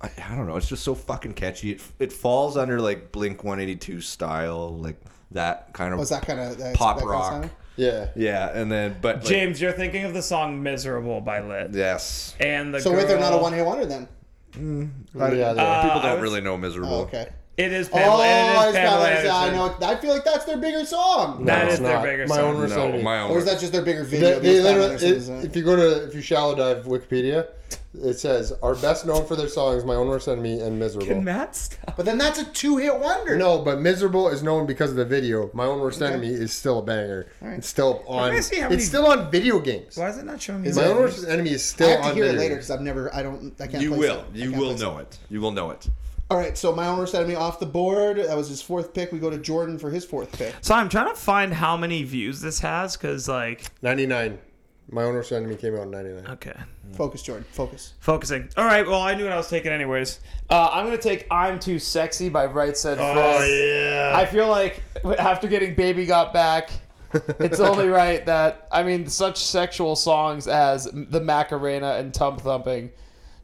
S1: I, I don't know. It's just so fucking catchy. It, it falls under like Blink 182 style, like that kind of
S3: Was Oh, that kind of
S1: pop
S3: that
S1: rock.
S3: Kind of
S4: Yeah.
S1: yeah, and then but like,
S6: James, you're thinking of the song "Miserable" by Lit,
S1: Yes,
S6: and the
S3: so wait, they're not a
S6: girl-
S3: one-hit wonder then.
S4: yeah, they-
S6: Uh,
S1: people
S6: I
S1: don't
S6: would-
S1: really know miserable.
S3: Oh, okay.
S6: It is
S3: Oh,
S6: Pamela. it
S3: I, just
S6: is Pamela
S3: got it. I
S6: Anderson.
S3: know. I feel like that's their bigger song,
S6: That
S4: No,
S6: is
S4: it's
S6: their
S4: not.
S6: bigger
S4: My
S6: song.
S4: own worst
S1: No,
S4: enemy.
S1: my own.
S3: or is
S1: worst-
S3: that just their bigger video?
S4: They, they
S3: because Pamela
S4: literally,
S3: Anderson is in
S4: it,
S3: it?
S4: if you go to if you shallow dive Wikipedia, it says are best known for their songs "My Own Worst Enemy" and "Miserable."
S6: Matt, stop.
S3: But then that's a two-hit wonder.
S4: No, but "Miserable" is known because of the video. "My Own Worst Enemy" is still a banger. It's still on.
S6: gonna
S4: It's
S6: see how many-
S4: still on video games.
S6: Why is it not showing me?
S3: Is
S4: "My
S3: it-
S4: Own Worst Enemy"
S3: I
S4: is still
S3: have to
S4: on
S3: hear
S4: video.
S3: it later because I've never. I don't. I can't.
S1: You
S3: place
S1: will.
S3: It. I
S1: You
S3: can't
S1: will
S3: place
S1: know it. You will know it.
S3: All right. So my own worst enemy off the board. That was his fourth pick. We go to Jordan for his fourth pick.
S4: Mm.
S6: So I'm trying to find how many views this has, cause like,
S4: Ninety nine. My own worst enemy came out in ninety nine.
S6: okay,
S3: Focus, Jordan. Focus.
S6: focusing. All right, well I knew what I was taking anyways.
S2: Uh, I'm gonna take "I'm Too Sexy" by Right Said Fred.
S6: Oh, yeah.
S2: I feel like after getting "Baby Got Back," it's only right that I mean such sexual songs as the Macarena and Tump Thumping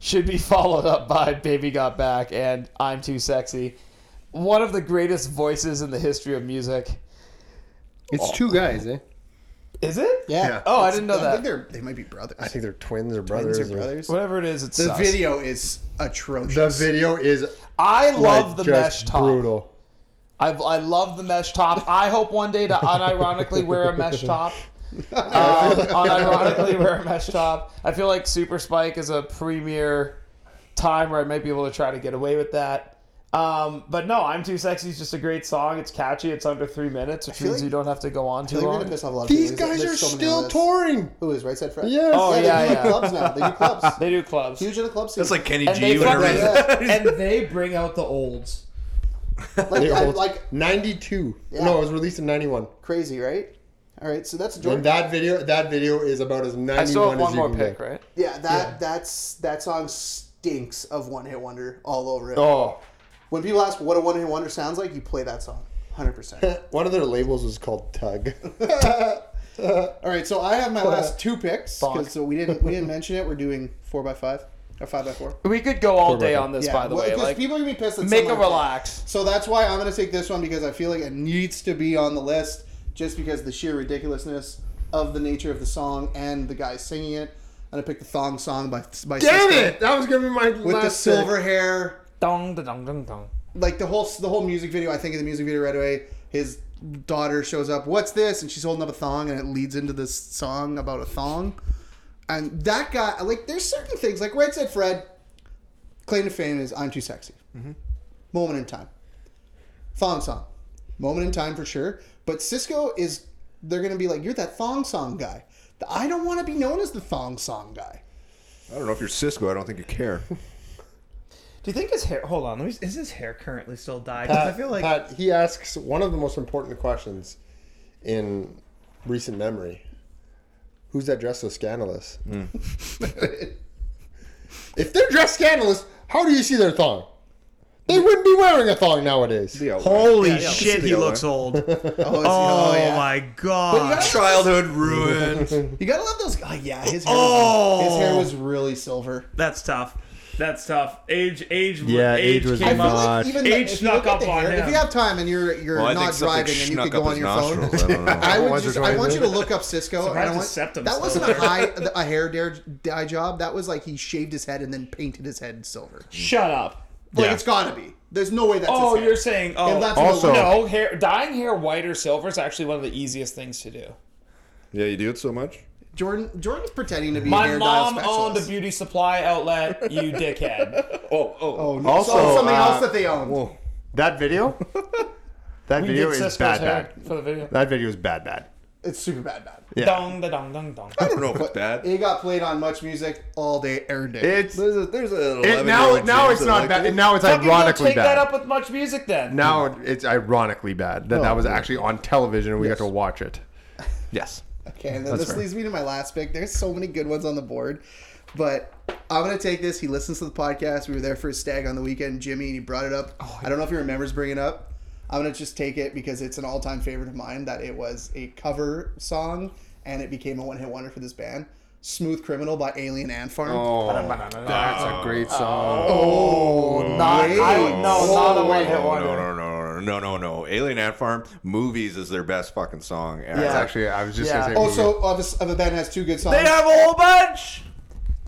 S2: should be followed up by "Baby Got Back" and "I'm Too Sexy." One of the greatest voices in the history of music.
S4: It's two guys, eh?
S2: Is it?
S3: Yeah.
S4: Yeah.
S2: Oh, I didn't know
S3: I think
S2: that.
S3: they're, they might be brothers.
S4: I think they're twins or brothers.
S3: Twins or
S4: or-
S3: brothers.
S2: Whatever it is, it's
S3: The video is atrocious.
S4: The video is
S2: I love
S4: like,
S2: the mesh
S4: just
S2: top.
S4: brutal.
S2: I, I love the mesh top. I hope one day to unironically wear a mesh top. Um, unironically wear a mesh top. I feel like Super Spike is a premier time where I might be able to try to get away with that. Um, but no, I'm Too Sexy is just a great song. It's catchy. It's under three minutes, which means
S3: like-
S2: you don't have to go on too
S3: They're gonna
S2: long.
S3: piss off a lot of
S4: These
S3: people. There's-
S4: guys are
S3: there's so many
S4: still
S3: lists.
S4: touring.
S3: Who is right side Fred?
S4: Yes.
S2: Oh,
S3: Yeah,
S2: yeah,
S3: they do
S2: yeah.
S3: clubs now. They do clubs.
S2: They do clubs.
S3: Huge in the club scene.
S1: It's like Kenny
S2: And
S1: G
S2: they
S1: when
S2: fucking-
S1: everybody's-
S2: and they bring out the olds.
S3: like,
S4: They
S3: I-
S4: hold-
S3: like
S4: 92.
S3: Yeah.
S4: No, it was released in 91.
S3: crazy, right? All right, so that's Jordan.
S4: And that video that video is about as 91
S2: I still have
S4: as
S2: one
S4: you
S2: more
S4: can
S2: pick,
S4: get.
S2: right?
S3: yeah, that that's that song stinks of one hit wonder all over it.
S4: Oh,
S3: When people ask what a one hit wonder sounds like, you play that song, hundred percent.
S4: one of their labels was called Tug.
S3: All right, so I have my last two picks 'cause- so we didn't we didn't mention it. We're doing four by five or five by four.
S2: We could go all
S4: by
S2: day
S4: five.
S2: on this,
S3: Yeah,
S2: by the
S3: well,
S2: way.
S3: because
S2: Like,
S3: people are gonna be pissed. At
S2: make a
S3: someone, I think.
S2: relax.
S3: So that's why I'm gonna take this one because I feel like it needs to be on the list, just because the sheer ridiculousness of the nature of the song and the guy singing it. I'm gonna pick the thong song by by Sisqo
S4: That was going to be my
S3: with the silver hair,
S6: Dong, da dong, dong, dong.
S3: like the whole the whole music video. I think of the music video right away. His daughter shows up. What's this? And she's holding up a thong, and it leads into this song about a thong. And that guy, like, there's certain things, like right said Fred, claim to fame is I'm too sexy. Moment in time, thong song, moment in time for sure. But Cisco is, they're gonna be like, you're that thong song guy. I don't want to be known as the thong song guy.
S1: I don't know if you're Cisco. I don't think you care.
S6: Do you think his hair? Hold on, let me, is his hair currently still dyed? 'Cause
S4: Pat,
S6: I feel like
S4: Pat, he asks one of the most important questions in recent memory. Who's that dressed so scandalous? if they're dressed scandalous, how do you see their thong? They wouldn't be wearing a thong nowadays.
S1: The outline.
S6: holy
S1: yeah, I can see
S6: shit,
S1: the
S6: he
S1: outline.
S6: looks old. oh
S3: Oh, it's- oh, yeah.
S6: my god.
S1: Childhood ruined.
S3: You gotta love those. Oh yeah, his hair.
S6: Oh.
S3: his hair was really silver.
S6: That's tough. That's tough. Age, age,
S4: Yeah,
S6: age,
S4: age was
S6: came
S4: not-
S6: up.
S4: Much.
S3: the-
S6: Age
S3: if you look
S6: snuck
S3: at
S6: up
S3: the
S6: on
S3: hair-
S6: him.
S3: If you have time and you're you're
S1: Well, I think
S3: not
S1: something
S3: driving and you
S1: snuck
S3: could
S1: up
S3: go on
S1: his
S3: your
S1: nostrils.
S3: phone,
S1: I don't know.
S3: I would
S4: Ones are
S3: just,
S4: driving.
S3: I want you to look up Cisco.
S6: Surprised
S3: And I
S6: his
S3: want,
S6: septum's
S3: that wasn't a
S6: still there.
S3: high a hair dare, dye job. That was like he shaved his head and then painted his head silver.
S6: Shut up.
S3: Like
S4: Yeah.
S3: it's gotta be. There's no way that's.
S6: Oh,
S3: his hair.
S6: you're saying oh
S3: And that's
S4: Also-
S3: no,
S6: no hair dyeing hair white or silver is actually one of the easiest things to do.
S1: yeah, you do it so much.
S3: Jordan. Jordan's pretending to be. a
S6: My
S3: hair
S6: mom
S3: dye
S6: owned a
S3: specialist.
S6: beauty supply outlet. You dickhead.
S1: Oh, oh,
S3: Oh, no.
S4: Also,
S3: So something
S4: uh,
S3: else that they owned.
S1: Whoa.
S4: That video? That
S6: We did Cisco's hair for the video.
S4: That video is bad, bad.
S3: It's super bad, bad.
S6: Dong, da dong, dong, dong.
S1: I don't know if it's bad.
S3: It got played on Much Music all day, every day.
S4: It's
S1: there's a there's a
S4: it, now. Now it's not bad. Now it's
S6: Fucking go
S4: ironically
S6: take
S4: bad.
S6: that up with much music then.
S4: Now it's ironically bad that that was actually on television and we got to watch it.
S1: Yes.
S3: Okay, and then this
S4: fair.
S3: leads me to my last pick. There's so many good ones on the board, but I'm gonna take this. He
S2: Oh,
S3: listens to the podcast. We were there for his stag on the weekend, Jimmy, and he brought it up. I don't know if he remembers bringing it up. I'm gonna just take it because it's an all-time favorite of mine. That it was a cover song and it became a one-hit wonder for this band. "Smooth Criminal" by Alien Ant Farm.
S4: That's a great song.
S3: Oh,
S2: Not, I would, no, not a one hit
S1: No,
S2: wonder.
S1: no, no, no, no, no, no. Alien Ant Farm movies is their best fucking song. ever.
S2: Yeah.
S4: Actually, I was just
S2: Yeah.
S4: gonna say.
S3: Also, of a, of a band that has two good songs.
S1: They have a whole bunch.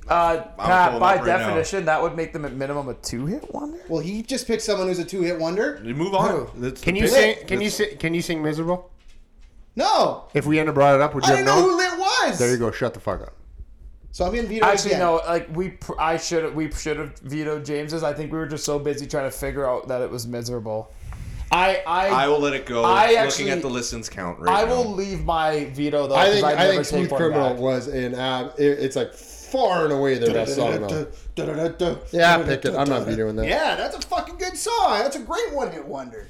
S2: Uh, Pat,
S1: pulling
S2: by
S1: up right now.
S2: definition, that would make them at minimum a two hit wonder.
S3: Well, he just picked someone who's a two-hit wonder.
S1: You move on. That's
S4: can
S1: the
S4: you
S1: big-
S4: sing? Can you sing? Can you sing "Miserable"?
S3: No,
S4: If we hadn't brought it up, would you
S3: I
S4: have
S3: didn't know
S4: known?
S3: who Lit was.
S4: There you go. Shut the fuck up.
S3: So I'm gonna veto
S2: Actually,
S3: again.
S2: no. Like we, pr- I should, we should have vetoed James's. I think we were just so busy trying to figure out that it was miserable. I,
S1: I
S2: I, I,
S1: will let it go.
S2: I
S1: looking
S2: actually-
S1: at the listens count right now.
S2: will leave my veto though.
S4: I think
S2: 'cause I'd
S4: I
S2: never
S4: think
S2: take
S4: "Smooth
S2: one
S4: Criminal"
S2: back.
S4: was an ab. It, it's like far and away their best song. though. Yeah, pick it. I'm not vetoing that.
S3: Yeah, that's a fucking good song. That's a great one-hit wonder.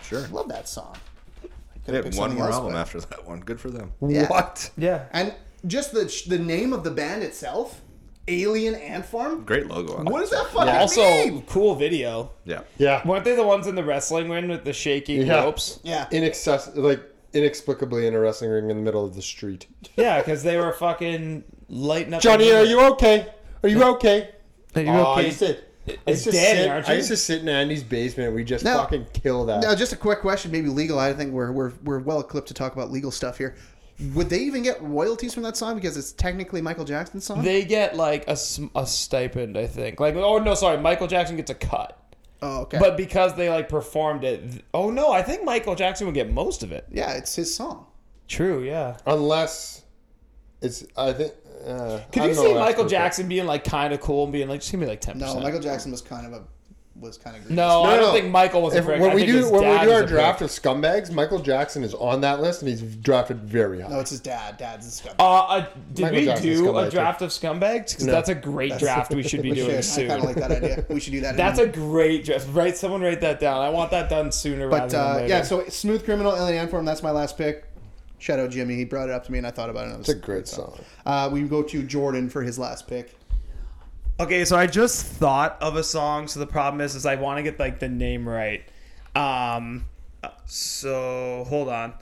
S3: Sure, love that song.
S1: They had
S3: pick
S1: one
S3: something
S1: more
S3: else,
S1: album
S3: but-
S1: after that one. Good for them.
S3: Yeah.
S4: What?
S6: Yeah.
S3: And just the the name of the band itself, Alien Ant Farm.
S1: Great logo on
S3: What
S1: it.
S3: does that fucking
S2: Also,
S3: mean?
S2: cool video.
S1: Yeah.
S4: Yeah.
S2: Weren't they the ones in the wrestling ring with the shaking
S4: Yeah.
S2: ropes?
S3: Yeah.
S4: Inaccess- like inexplicably in a wrestling ring in the middle of the street.
S2: Yeah, because they were fucking lighting up.
S4: Johnny,
S2: the-
S4: are you okay? Are you okay?
S2: Are you
S4: Oh, I
S2: okay?
S4: used to- I
S2: It's
S4: used to
S2: Danny,
S4: sit-
S2: aren't
S4: I
S2: you?
S4: used to sit in Andy's basement. We just
S3: No.
S4: fucking kill that.
S3: Now, just a quick question, maybe legal. I think we're we're we're well equipped to talk about legal stuff here. Would they even get royalties from that song because it's technically Michael Jackson's song?
S2: They get like a, s- a stipend, I think. Like, oh no, sorry, Michael Jackson gets a cut.
S3: oh, okay.
S2: But because they like performed it, th- oh no, I think Michael Jackson would get most of it.
S3: yeah, it's his song.
S2: True, yeah.
S4: Unless it's, I think. Uh,
S2: Could
S4: I
S2: you
S4: don't
S2: see
S4: know,
S2: Michael
S4: that's-
S2: Jackson being like kind of cool and being like, just give me like ten
S3: No,
S2: percent?
S3: Michael Jackson was kind of a was kind of
S2: No,
S4: No,
S2: I don't
S4: no.
S2: think Michael was a
S4: If,
S2: prick.
S4: when
S2: I
S4: we
S2: think
S4: do
S2: his
S4: when we
S2: dad
S4: do
S2: was
S4: our
S2: a prick.
S4: draft of scumbags, Michael Jackson is on that list, and he's drafted very high.
S3: No, it's his dad. Dad's a scumbag.
S2: Uh, uh, did
S4: Michael
S2: we
S4: Jackson's
S2: do
S4: scumbag,
S2: a draft of scumbags? 'Cause that's a great draft we should be
S3: Shit,
S2: doing
S3: I
S2: soon.
S3: kind of like that idea. We should do that.
S2: That's
S3: in-
S2: a great draft. Right, someone write that down. I want that done sooner
S3: But
S2: rather than
S3: uh,
S2: later.
S3: yeah, so smooth criminal Alien form. That's my last pick. Shadow Jimmy. He brought it up to me, and I thought about it. And it was,
S4: It's a great song.
S3: Uh, we go to Jordan for his last pick.
S6: Okay, so I just thought of a song. So the problem is, is I want to get like the name right. Um, uh, so hold on.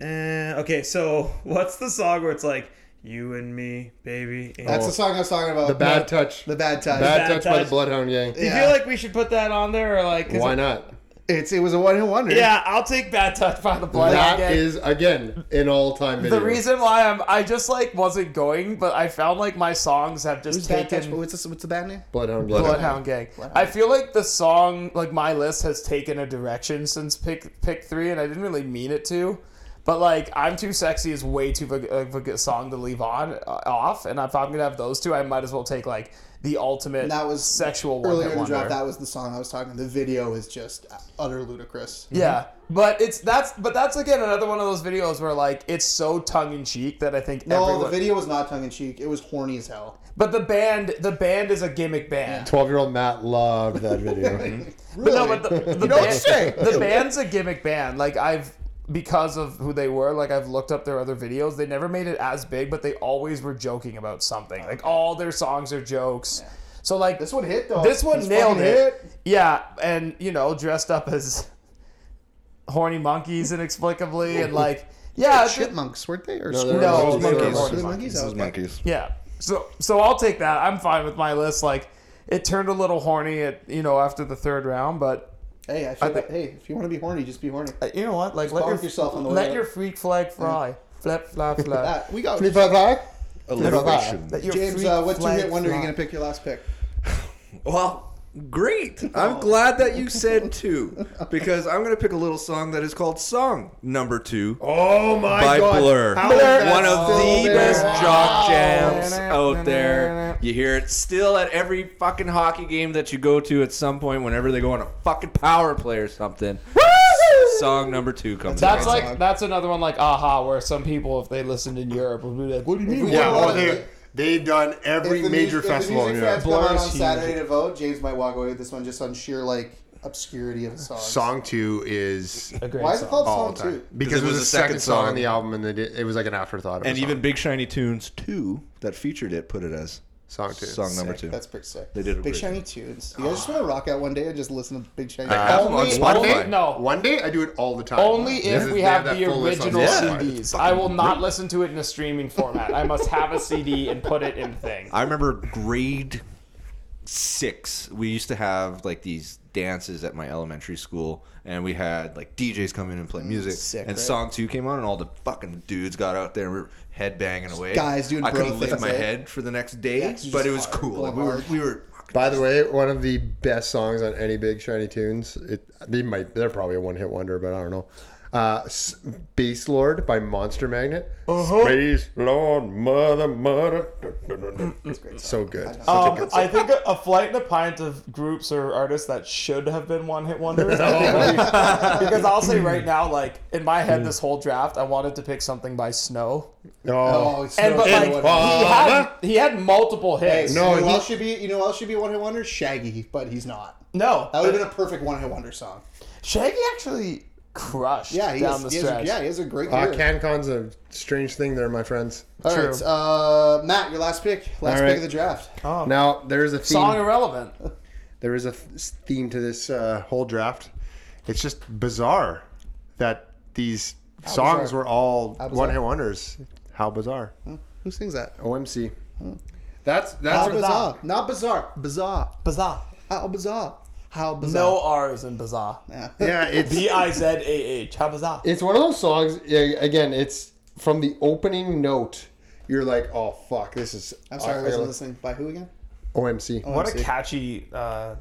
S6: Uh, okay, so what's the song where it's like you and me, baby? and-"
S3: That's the song I was talking about.
S4: The bad touch.
S3: The bad touch.
S4: Bad,
S6: Bad
S4: touch, by
S6: Touch.
S4: the Bloodhound Gang.
S6: Do you
S3: yeah.
S6: feel like we should put that on there or like? 'cause
S4: Why
S6: it-
S4: not?
S3: It's it was a one hit wonder.
S6: Yeah, I'll take bad touch by the blood.
S4: That
S2: Gang.
S4: is again an all-time video.
S2: the reason why I'm I just like wasn't going, but I found like my songs have just
S3: Who's bad touch?
S2: taken
S3: What's this, what's the bad name?
S4: Bloodhound Gang.
S2: Bloodhound Gang. I feel like the song, like my list, has taken a direction since pick pick three, and I didn't really mean it to. But like, I'm too sexy is way too big of a good song to leave on uh, off, and if I'm gonna have those two, I might as well take like the ultimate
S3: That was
S2: sexual
S3: Earlier
S2: one.
S3: in the draft, that was the song I was talking. The video is just utter ludicrous.
S2: Yeah, but it's that's but that's again another one of those videos where like it's so tongue in cheek that I think
S3: No,
S2: everyone.
S3: Oh, the video was not tongue in cheek. It was horny as hell.
S2: but the band, the band is a gimmick band.
S4: Twelve-year-old Matt loved that video.
S3: Really?
S2: No, but the, the,
S3: don't
S2: band,
S3: say.
S2: the band's a gimmick band. Like I've because of who they were, like I've looked up their other videos. They never made it as big, but they always were joking about something. Like all their songs are jokes. So like
S3: this one hit though.
S2: This one
S3: This
S2: nailed
S3: fucking
S2: it.
S3: hit.
S2: Yeah, and you know, dressed up as horny monkeys inexplicably, and like yeah, it's-
S3: Chipmunks weren't they? Or
S4: No,
S3: squirrels?
S2: no,
S4: those
S2: they were
S4: monkeys.
S2: horny
S3: Were they
S2: monkeys.
S3: monkeys?
S1: This is
S3: Okay.
S1: monkeys.
S2: Yeah. So so I'll take that. I'm fine with my list. Like it turned a little horny at you know after the third round, but
S3: Hey, I feel
S2: I think-
S3: hey, if you want to be horny, just be horny.
S2: uh, you know what? Like let
S3: bonk
S2: your,
S3: yourself on the way
S2: let
S3: out. Mm.
S2: your freak flag fly. Flap flap flap.
S3: Uh, we got
S4: Twenty-five
S1: Alliteration.
S2: Let your
S3: James.
S2: freak
S3: Uh, what two
S2: flag
S3: hit wonder are you
S2: fly.
S3: gonna pick your last pick?
S1: Well, great. I'm glad that you said two because I'm going to pick a little song that is called Song Number Two
S4: Oh my
S1: by
S4: god!
S1: Blur.
S4: How is that Oh,
S1: One of
S4: still
S1: the
S4: there?
S1: best jock jams out there. You hear it still at every fucking hockey game that you go to at some point whenever they go on a fucking power play or something. Song Number Two comes
S2: That's
S1: out.
S2: like that's another one like aha where some people if they listened in Europe would be like what do you mean?
S3: Yeah,
S4: Yeah,
S3: well,
S4: oh, they, they've done every
S3: If the
S4: major
S3: music-
S4: festival
S3: If
S4: in
S3: the music fans
S4: Europe.
S3: come out
S2: Blur's
S3: on
S2: huge.
S3: Saturday to vote, James might walk away with this one just on sheer like obscurity of the song.
S4: Song two is
S2: A great
S3: Why is it
S2: song.
S3: called
S4: all
S3: song
S4: the time
S3: two?
S4: because it was the second song on the album, and they did, it was like an afterthought. Of a
S1: and
S4: song.
S1: even Big Shiny Tunes Two that featured it put it as
S4: Song two.
S1: Song number
S3: Sick.
S1: two.
S3: That's pretty sick.
S1: They did a
S3: Big
S1: great
S3: Shiny Tunes. You guys just want to rock out one day and just listen to Big Shiny
S7: I
S4: Uh,
S7: have them on
S1: Only-
S7: Spotify.
S1: only-
S2: no.
S7: One day I do it all the time.
S2: Only
S7: Because
S2: if we
S7: they
S2: have
S7: that
S2: the
S7: full list on
S2: original
S7: Spotify.
S2: CDs. I will not listen to it in a streaming format. I must have a CD and put it in thing.
S1: I remember grade six. We used to have like these dances at my elementary school, and we had like DJs come in and play music.
S3: Mm, sick,
S1: and
S3: right?
S1: song two came on, and all the fucking dudes got out there and we were headbanging away.
S3: guys doing
S1: I
S3: bro
S1: couldn't lift
S3: things,
S1: my
S3: eh?
S1: head for the next day,
S3: Yeah, 'cause you're
S1: but
S3: just
S1: it was
S3: hard,
S1: cool.
S3: going
S1: Like, we were
S3: hard.
S1: we were
S4: By the way, one of the best songs on any big shiny tunes. It they might they're probably a one hit wonder, but I don't know. Uh, S- Bass Lord by Monster Magnet.
S3: Uh-huh.
S4: Space Lord, mother, mother. So good. Oh,
S2: Um, I think a, a flight and a pint of groups or artists that should have been one hit wonders. I think we- because I'll say right now, like in my
S3: Mm.
S2: head, this whole draft, I wanted to pick something by Snow,
S4: Oh,
S3: Oh, it's
S2: and
S3: no
S2: but
S3: shit
S2: like
S3: wonder.
S2: he had he had multiple hits.
S4: No,
S3: no, you know
S4: he-
S3: who else should be you know who else should be one hit wonder? Shaggy, but he's not.
S2: no,
S3: That would have been a perfect one hit wonder song.
S2: Shaggy actually crushed
S3: Yeah, he
S2: down
S3: has,
S2: the
S3: he has-
S2: stretch. Oh,
S3: yeah, he has a great
S4: uh,
S3: career.
S4: CanCon's a strange thing there, my friends.
S3: All right,
S2: True. Oh,
S3: uh, Matt, your last pick, last
S4: All right.
S3: pick of the draft.
S4: Now there's a theme.
S2: Song irrelevant.
S4: there is a th- theme to this uh, whole draft. It's just bizarre that these songs
S3: bizarre.
S4: were all
S3: bizarre.
S4: one hit wonders. How bizarre!
S3: Who sings that?
S4: OMC. That's that's
S3: Hmm. How bizarre? Not bizarre. Bizarre.
S2: Bizarre.
S3: How bizarre? How bizarre?
S2: No R's in bizarre.
S4: yeah. It's
S2: B I Z A H. How bizarre.
S4: it's one of those songs. yeah, Again, it's from the opening note. You're like, oh fuck, this is.
S3: I'm sorry, I wasn't listening. By who again?
S4: OMC.
S2: What a
S3: Let's see.
S2: catchy, uh,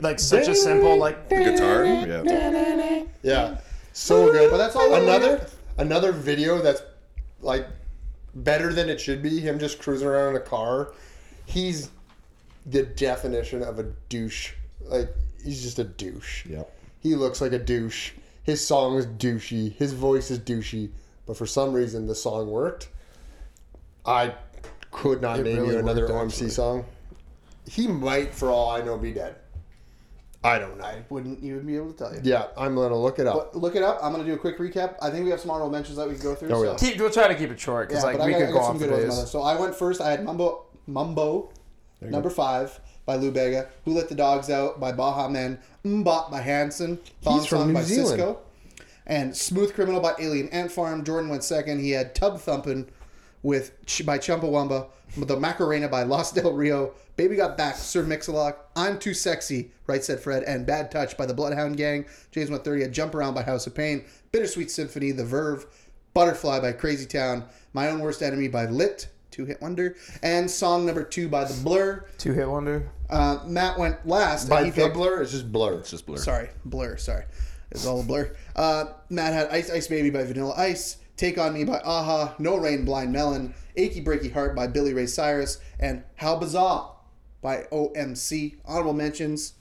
S2: like such a simple like.
S1: guitar. Yeah.
S4: Yeah, so good. But that's all.
S3: I wanted.
S4: Another another video that's like better than it should be. Him just cruising around in a car. He's the definition of a douche. Like he's just a douche.
S1: Yep.
S4: He looks like a douche. His song is douchey. His voice is douchey. But for some reason, the song worked. I could not name
S3: really
S4: you another
S3: worked,
S4: OMC song. He might, for all I know, be dead. I don't know.
S3: Wouldn't you be able to tell you?
S4: Yeah, I'm gonna look it up.
S3: But look it up. I'm gonna do a quick recap. I think we have some honorable mentions that we can go through. so.
S4: Oh, yeah.
S2: Keep, we'll try to keep it short because like
S3: but
S2: we
S3: I got,
S2: could
S3: I
S2: go
S3: got
S2: on
S3: some
S2: for
S3: good ones on
S2: days.
S3: that. So I went first. I had Mumbo, Mumbo, number five by Lou Bega. Who Let the Dogs Out by Baha Men. Mbop by Hanson. Thong
S4: He's from
S3: Song
S4: New
S3: by
S4: Zealand.
S3: Cisco. And Smooth Criminal by Alien Ant Farm. Jordan went second. He had Tub Thumpin' with Ch- by Chumpawamba. The Macarena by Los Del Rio. Baby Got Back, Sir Mix-a-Lot. I'm Too Sexy, Right Said Fred. And Bad Touch by the Bloodhound Gang. James 130 had Jump Around by House of Pain. Bittersweet Symphony, The Verve. Butterfly by Crazy Town, My Own Worst Enemy by Lit, Two Hit Wonder, and Song Number Two by The Blur.
S2: Two hit wonder.
S3: Uh, Matt went last.
S4: By
S3: and he picked-
S4: the blur, it's just blur. It's
S1: Just blur.
S3: Sorry, Blur, sorry. It's all a blur. Uh, Matt had Ice Ice Baby by Vanilla Ice, Take On Me by Aha, No Rain Blind Melon, Achy Breaky Heart by Billy Ray Cyrus, and How Bizarre by OMC. Honorable mentions.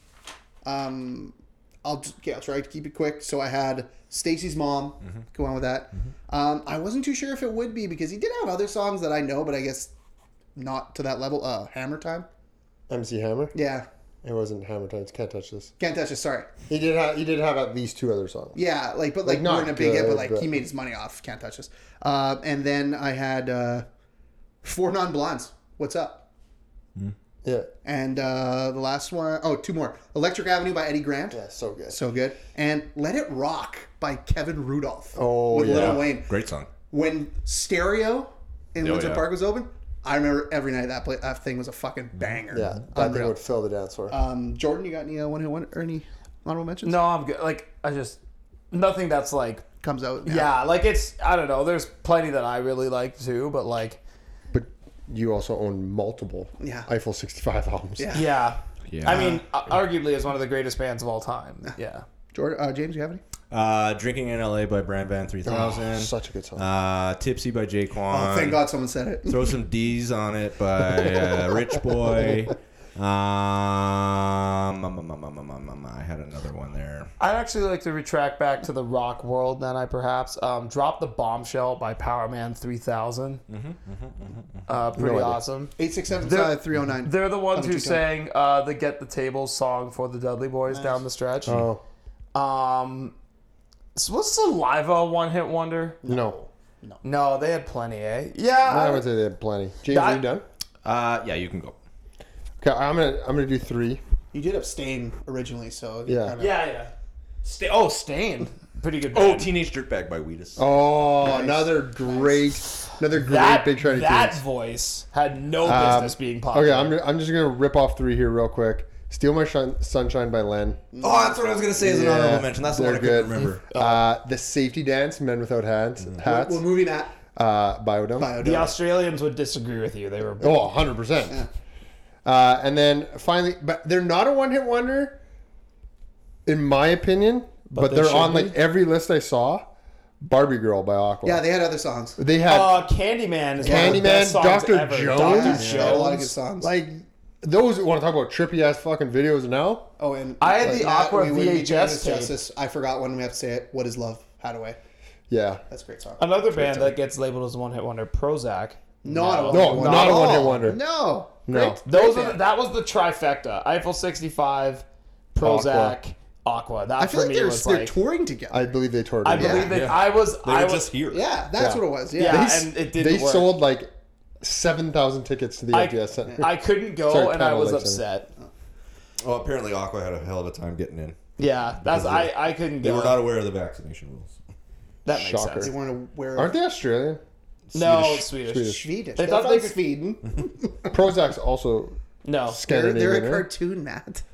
S3: Um, I'll just, okay, I'll try to keep it quick. So I had Stacy's mom. Go on with that. Um, I wasn't too sure if it would be because he did have other songs that I know, but I guess not to that level. Uh, Hammer Time.
S4: MC Hammer.
S3: Yeah,
S4: It wasn't Hammer Times. Can't touch this.
S3: can't touch it. Sorry.
S4: He did have. He did have at least two other songs.
S3: Yeah, like but like,
S4: not
S3: we're in a big hit,
S4: good,
S3: but like
S4: but-
S3: he made his money off. Can't touch us. Uh, and then I had uh, four non blondes. What's up?
S4: Yeah.
S3: And uh, the last one, oh, two more. Electric Avenue by Eddie Grant.
S4: Yeah. So good.
S3: So good. And Let It Rock by Kevin Rudolph.
S4: Oh,
S3: with
S4: yeah.
S3: Lil Wayne.
S1: Great song.
S3: When Stereo in
S1: Oh,
S3: Windsor
S1: yeah.
S3: Park was open, I remember every night that play, that thing was a fucking banger.
S4: Yeah. That thing would fill the dance floor.
S3: Um, Jordan, you got any uh, one who won or any honorable mentions?
S2: No, I'm good. Like I just nothing that's like
S3: Comes out. now.
S2: yeah. Like it's I don't know. There's plenty that I really like too, but like
S4: but you also own multiple
S3: Yeah.
S4: Eiffel 65 albums.
S3: Yeah.
S2: yeah.
S1: Yeah.
S2: I mean, uh, arguably is one of the greatest bands of all time. Yeah.
S3: Jordan, uh, James, you have any?
S1: Uh, Drinking in L.A. by Brand Van Three Thousand.
S4: Such a good song.
S1: uh, Tipsy by Jay Quan.
S3: Oh, thank God someone said it.
S1: Throw some D's on it by uh, Rich Boy. Um, um, um, um, um, um, um, um, I had another one there.
S2: I'd actually like to retract back to the rock world. Then I perhaps um, drop the bombshell by Power Man 3000. Uh, pretty
S4: idea.
S2: awesome.
S3: Eight six seven
S2: They're-
S3: five three zero nine.
S2: They're the ones
S3: Haven't
S2: who
S3: you done
S2: sang uh, the "Get the Table" song for the Dudley Boys down the stretch.
S4: oh
S2: Um, so was Saliva a one-hit wonder?
S4: no.
S2: No, they had plenty, eh?
S4: I
S2: Yeah,
S4: would say they had plenty. James,
S2: That-
S4: are you done?
S1: Uh, yeah, you can go.
S4: Okay, I'm gonna I'm gonna do three.
S3: You did abstain originally, so
S4: Yeah.
S6: Yeah, yeah.
S2: Sta- oh, Stain. Pretty good.
S1: Oh,
S2: band.
S1: Teenage Dirtbag by Wheatus.
S4: Oh, another great, another great
S2: that,
S4: big shiny
S2: that
S4: teams.
S2: voice had no
S4: Um,
S2: business being popular.
S4: Okay, I'm, I'm just gonna rip off three here real quick. Steal My Shun- Sunshine by Len.
S1: oh, that's what I was gonna say as an
S4: Yeah,
S1: honorable mention. That's the one I
S4: they're
S1: couldn't
S4: good.
S1: remember.
S4: Uh, the Safety Dance, Men Without Hats, Hats,
S3: We're moving at
S4: uh, Biodome.
S3: Biodome.
S2: the Australians would disagree with you. They were.
S4: Oh, 100%. Uh, and then finally, but they're not a one hit wonder, in my opinion, but,
S2: they
S4: they're
S2: should
S4: on
S2: be.
S4: like every list I saw. Barbie Girl by Aqua.
S3: Yeah, they had other songs.
S4: they had
S2: Uh, Candyman is one of the
S4: Candyman,
S2: best songs
S4: Dr.
S2: ever.
S4: Jones?
S2: Dr.
S3: They had a lot of good
S2: Jones.
S3: songs.
S4: like those want to talk about trippy ass fucking videos now.
S3: oh, and
S2: I had
S3: like,
S2: the
S3: now
S2: Aqua
S3: we wouldn't be doing
S2: VHS
S3: this
S2: tape.
S3: justice. I forgot one. We have to say it. What is love? How do I?
S4: Yeah.
S3: That's a great song.
S2: Another band that gets labeled as a one hit wonder, Prozac.
S3: Not
S4: No,
S3: a
S4: not a
S3: at
S4: one-hit
S3: all.
S4: wonder.
S3: No,
S4: No.
S3: Great-
S2: Those
S3: great
S2: are the,
S3: band.
S2: that was the trifecta. Eiffel 65, Prozac, Aqua. That
S3: I feel
S2: for
S3: like
S2: me
S3: they're
S2: was
S3: they're
S2: like
S3: touring together.
S4: I believe they toured.
S2: I
S4: it.
S2: believe that
S1: Yeah.
S2: I was
S1: They
S2: I
S1: were
S2: was
S1: just here.
S3: yeah, that's
S2: Yeah.
S3: what it was. Yeah,
S2: yeah,
S4: They s-
S2: and it didn't
S4: They
S2: work.
S4: sold like seven thousand tickets to the
S2: I-
S4: MTS Center.
S2: I couldn't go
S4: Sorry,
S2: and I
S4: Panel
S2: was
S4: Lake Center.
S2: upset.
S1: Oh, apparently Aqua had a hell of a time getting in.
S2: Yeah, that's I I couldn't
S1: They
S2: go.
S1: were not aware of the vaccination rules.
S2: that makes
S4: Shocker.
S3: they
S2: sense.
S3: weren't aware. of
S4: Aren't they Australian?
S2: No, it's Swedish.
S4: Swedish.
S3: Swedish.
S2: They
S3: They
S2: thought
S3: thought
S2: they could-
S3: Sweden.
S4: Prozac's also
S2: No.
S3: they're,
S4: Scandinavian.
S3: they're a
S4: right?
S3: cartoon, Matt.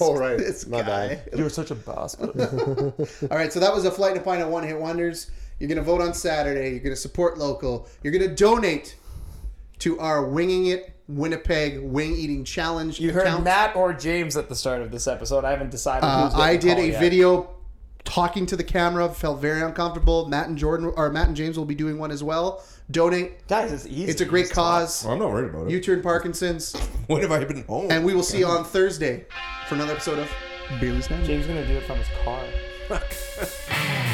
S4: Oh right,
S3: This
S4: my
S3: guy.
S4: bad.
S2: You were such a bastard.
S3: All right, so that was a flight to find a one hit wonders. You're gonna vote on Saturday. You're gonna support local. You're gonna donate to our winging it Winnipeg wing eating challenge.
S2: You heard
S3: account.
S2: Matt or James at the start of this episode. I haven't decided
S3: Uh,
S2: who's Oh, getting
S3: I
S2: the
S3: did
S2: call
S3: a
S2: yet.
S3: video talking to the camera. Felt very uncomfortable. Matt and Jordan or Matt and James will be doing one as well. Donate.
S2: Guys, it's easy.
S3: It's a great
S2: Just
S3: cause.
S1: Well, I'm not worried about it.
S3: U turn Parkinson's,
S1: when have I been home?
S3: and we will see you on Thursday for another episode of Beerless
S2: talk. James gonna do it from his car.